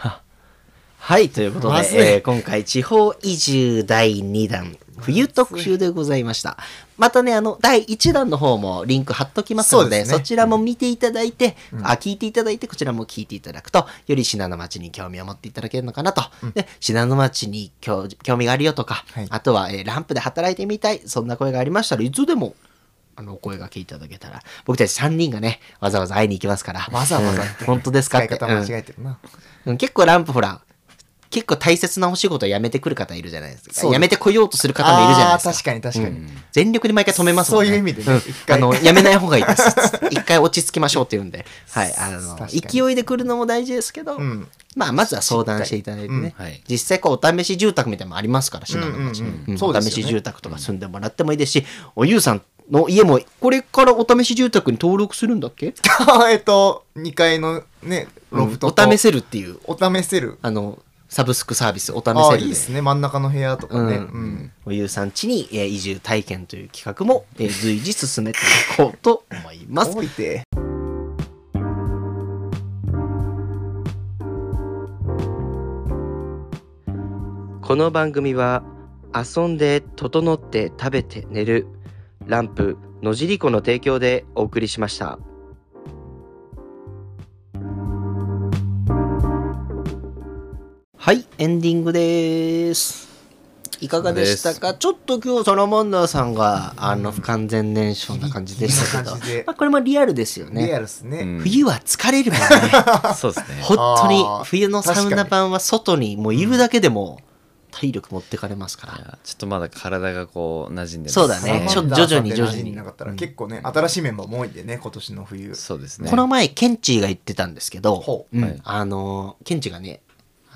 S2: はい、ということで、
S3: まずい
S2: えー今回、地方移住第2弾、冬特集でございました。またね、あの、第1弾の方もリンク貼っときますの
S3: そう
S2: で、
S3: で
S2: そ
S3: すね
S2: ちらも見ていただいて、
S3: ん
S2: あ、聞いていただいて、こちらも聞いていただくと、より信濃町に興味を持っていただけるのかなと。で、信濃町に興興味があるよとか、
S3: はい
S2: あとは、えーランプで働いてみたい、そんな声がありましたらいつでも、あの、お声がけいただけたら、僕たち3人がね、わざわざ会いに行きますから。
S3: わざわざって
S2: うん本当ですかっ
S3: 使い
S2: て。
S3: 方
S2: う
S3: 間
S2: ん
S3: 違えてるな、
S2: うん結構ランプほら結構大切なお仕事を辞めてくる方いるじゃないですか
S3: そう
S2: 辞めてこようとする方もいるじゃないですか
S3: あー確かに確かに、
S2: 全力で毎回止めますもんね
S3: そういう意味でね
S2: ん
S3: 一回
S2: あのやめない方がいいですつって一回落ち着きましょうって言うん
S3: [LAUGHS]
S2: で、はい、あの
S3: 確かに
S2: 勢いで来るのも大事ですけど、
S3: うん
S2: まあ、まずは相談していただいてね、
S3: うん
S4: はい
S2: 実際こうお試し住宅みたいなのもありますから信濃町
S3: うん
S2: に
S3: うんう
S2: う
S3: ん
S2: ん
S3: そう
S2: お
S3: です
S2: 試
S3: よ
S2: し
S3: ね
S2: 住宅とか住んでもらってもいいですしおゆうさんの家もこれからお試し住宅に登録するんだっけ
S3: [LAUGHS] えっと2階のねロフトと、
S2: うんお試せるっていう
S3: お試せる
S2: あのサブスクサービスお試
S3: ああ
S2: せ
S3: い
S2: る
S3: い
S2: で
S3: ですね真ん中の部屋とかね、
S2: うん
S3: うん
S2: おゆうさん家にえー移住体験という企画もえー随時進めていこうと思います。
S3: 置いて
S2: この番組は遊んで整って食べて寝るランプ野尻湖の提供でお送りしました。はい、エンディングです。いかがでしたかちょっと今日サラマンダーさんがあの不完全燃焼な感じでしたけど、
S3: ギリギリの感じで
S2: まあ、これもリアルですよね。
S3: リアルっすね、
S4: うん
S2: 冬は疲れるもん
S3: [LAUGHS]
S2: ね
S4: [LAUGHS] そうですね
S2: 本当に
S3: あー
S2: 冬のサウナ版は外にもういるだけでも体力持ってかれますか
S4: い
S2: ら
S4: やちょっとまだ体がこう馴染んでます
S2: そうだね
S3: サラマンダー
S2: ちょっと
S3: さん
S2: 徐々に
S3: で
S2: 徐々に
S3: 馴染んでなかったら結構ね新しいメンバーも多いんでね今年の冬
S4: そうですね
S2: この前ケンチーが言ってたんですけど
S3: ほ、
S2: うん
S4: はい
S2: あのーケンチーがね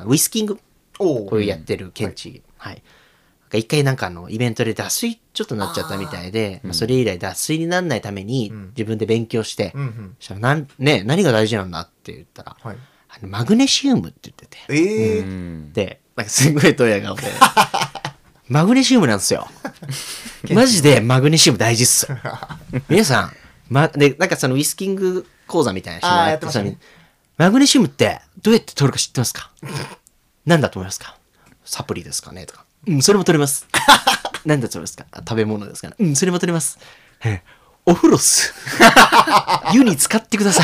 S2: ウイスキング
S3: お
S2: こういうやってるケンチー、はいなんか一回なんかあのイベントで脱水ちょっとなっちゃったみたいで、まあそれ以来脱水にならないために
S3: ん
S2: 自分で勉強して、
S3: うんうん
S2: そしたらなん、ね、何が大事なんだって言ったら、
S3: はい
S2: あのマグネシウムって言ってて
S3: ええ
S4: うん
S2: で、なんかすごいドヤ [LAUGHS] 顔で、マグネシウムなんですよ。 [LAUGHS] マジでマグネシウム大事っす。 [LAUGHS] 皆さん、ま、で、なんかそのウィスキング講座みたいな人
S3: あー
S2: が
S3: やってましたね
S2: マグネシウムってどうやって取るか知ってます [LAUGHS] かなんだと思いますかサプリですかねとか。うん、それも取れ [LAUGHS] ます。なんだと思いますかあ食べ物ですかねうん、それも取れます。えお風呂っす。湯に使ってくださ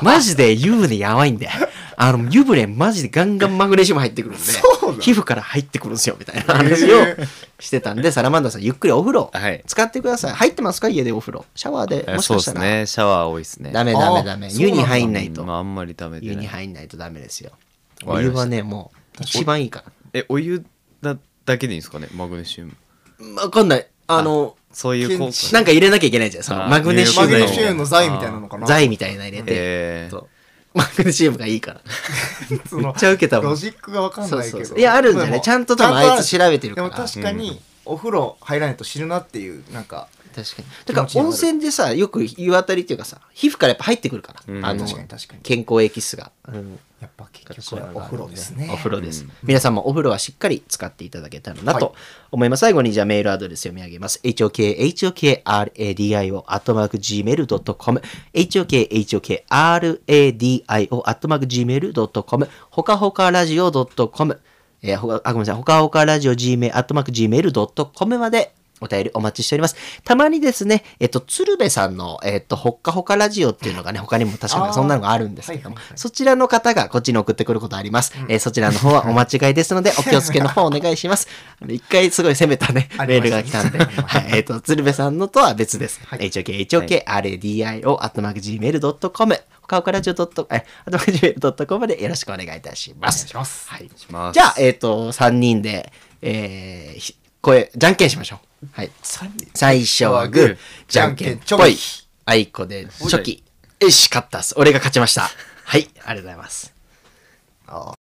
S2: い。マジで湯船やばいんで。あの、湯船マジでガンガンマグネシウム入ってくるんで
S3: そうな、の
S2: 皮膚から入ってくるんですよ、みたいな話を
S3: え
S2: してたんで、サラマンダーさん、ゆっくりお風呂
S4: はい、
S2: 使ってください。入ってますか家でお風呂。シャワーで、
S4: え
S2: もし
S4: そ
S2: か
S4: うで
S2: した
S4: す
S2: ら。
S4: ねシャワー多いですね
S2: ダメダメダメ。
S3: あー
S2: 湯に入んない
S4: うん
S2: と
S4: ま。ああんまり食べて
S2: 湯
S4: な
S2: に
S4: い
S2: 入んないとダメですよ。お
S4: わかり
S2: 湯
S4: ました
S2: はね、もう、一番いいから。
S4: えお湯だだけでいいんですかねマグネシウム
S2: わかんない。あの、
S4: そういう効
S3: 検知
S4: 果
S2: なんか入れなきゃいけないじゃん。その
S4: あー
S2: マグネシウ
S3: マ
S2: ム
S3: グ
S2: の
S3: ネシウムの材みたいなのかな
S2: 剤みたいなの入れて、
S4: えー
S2: そう [LAUGHS] マグネシウムがいいから。
S3: その
S2: めっちゃ受けたもん
S3: ロジックがわかんない
S2: そう
S3: け
S2: そうそ
S3: ど
S2: ういやあるんじゃない
S3: でも
S2: ちゃんと多分あいつ
S3: ちゃんとあ
S2: 調べてるから
S3: でも確かにお風呂入らないと死ぬなっていうなんか
S2: 確かに。だから
S3: 気持ちいい
S2: 温泉でさ、よく湯あたりっていうかさ、皮膚からやっぱ入ってくるから、
S4: うん
S2: あの
S3: 確かに確かに
S2: 健康エキスが。うん
S3: やっぱ結局これはお風呂ですね
S2: お風呂です、
S4: うん
S2: 皆さんもお風呂はしっかり使っていただけたらなと思います、最後にじゃあメールアドレス読み上げます hokhokradio アットマーク gmail.com hokhokradio アットマーク gmail.com ほかほかラジオ .com えー、ほかあごめんなさいほかほかラジオ gmail アットマーク gmail.com までお便りお待ちしております。たまにですね、えっと、鶴瓶さんの、えっと、ほっかほかラジオっていうのがね、他にも確かにそんなのがあるんですけども、
S3: あーはいはいはい
S2: そちらの方がこっちに送ってくることあります。えーそちらの方はお間違い
S3: [LAUGHS]
S2: ですので、お気をつけの方お願いします。あの一回すごい攻めたね、
S3: あ
S2: メー
S3: りま
S2: ル
S3: し
S2: が
S3: たね
S2: 来たん
S3: [LAUGHS]
S2: で、はい、えっ、と、鶴瓶さんのとは別です。
S3: はい
S2: HOK、HOK、RADIO、アットマーク Gmail.com、ほかほかラジオ .com、えアットマーク Gmail.com までよろしくお願いいたしま
S3: お願
S2: す
S3: い。します
S2: はい。
S4: します
S2: じゃあ、えっ、と、3人で、えーひ声、じゃんけんしましょう。はい。最初はグー、じゃんけんちょい、あいこでチョキ。よし、勝ったっす。俺が勝ちました。はい、ありがとうございます。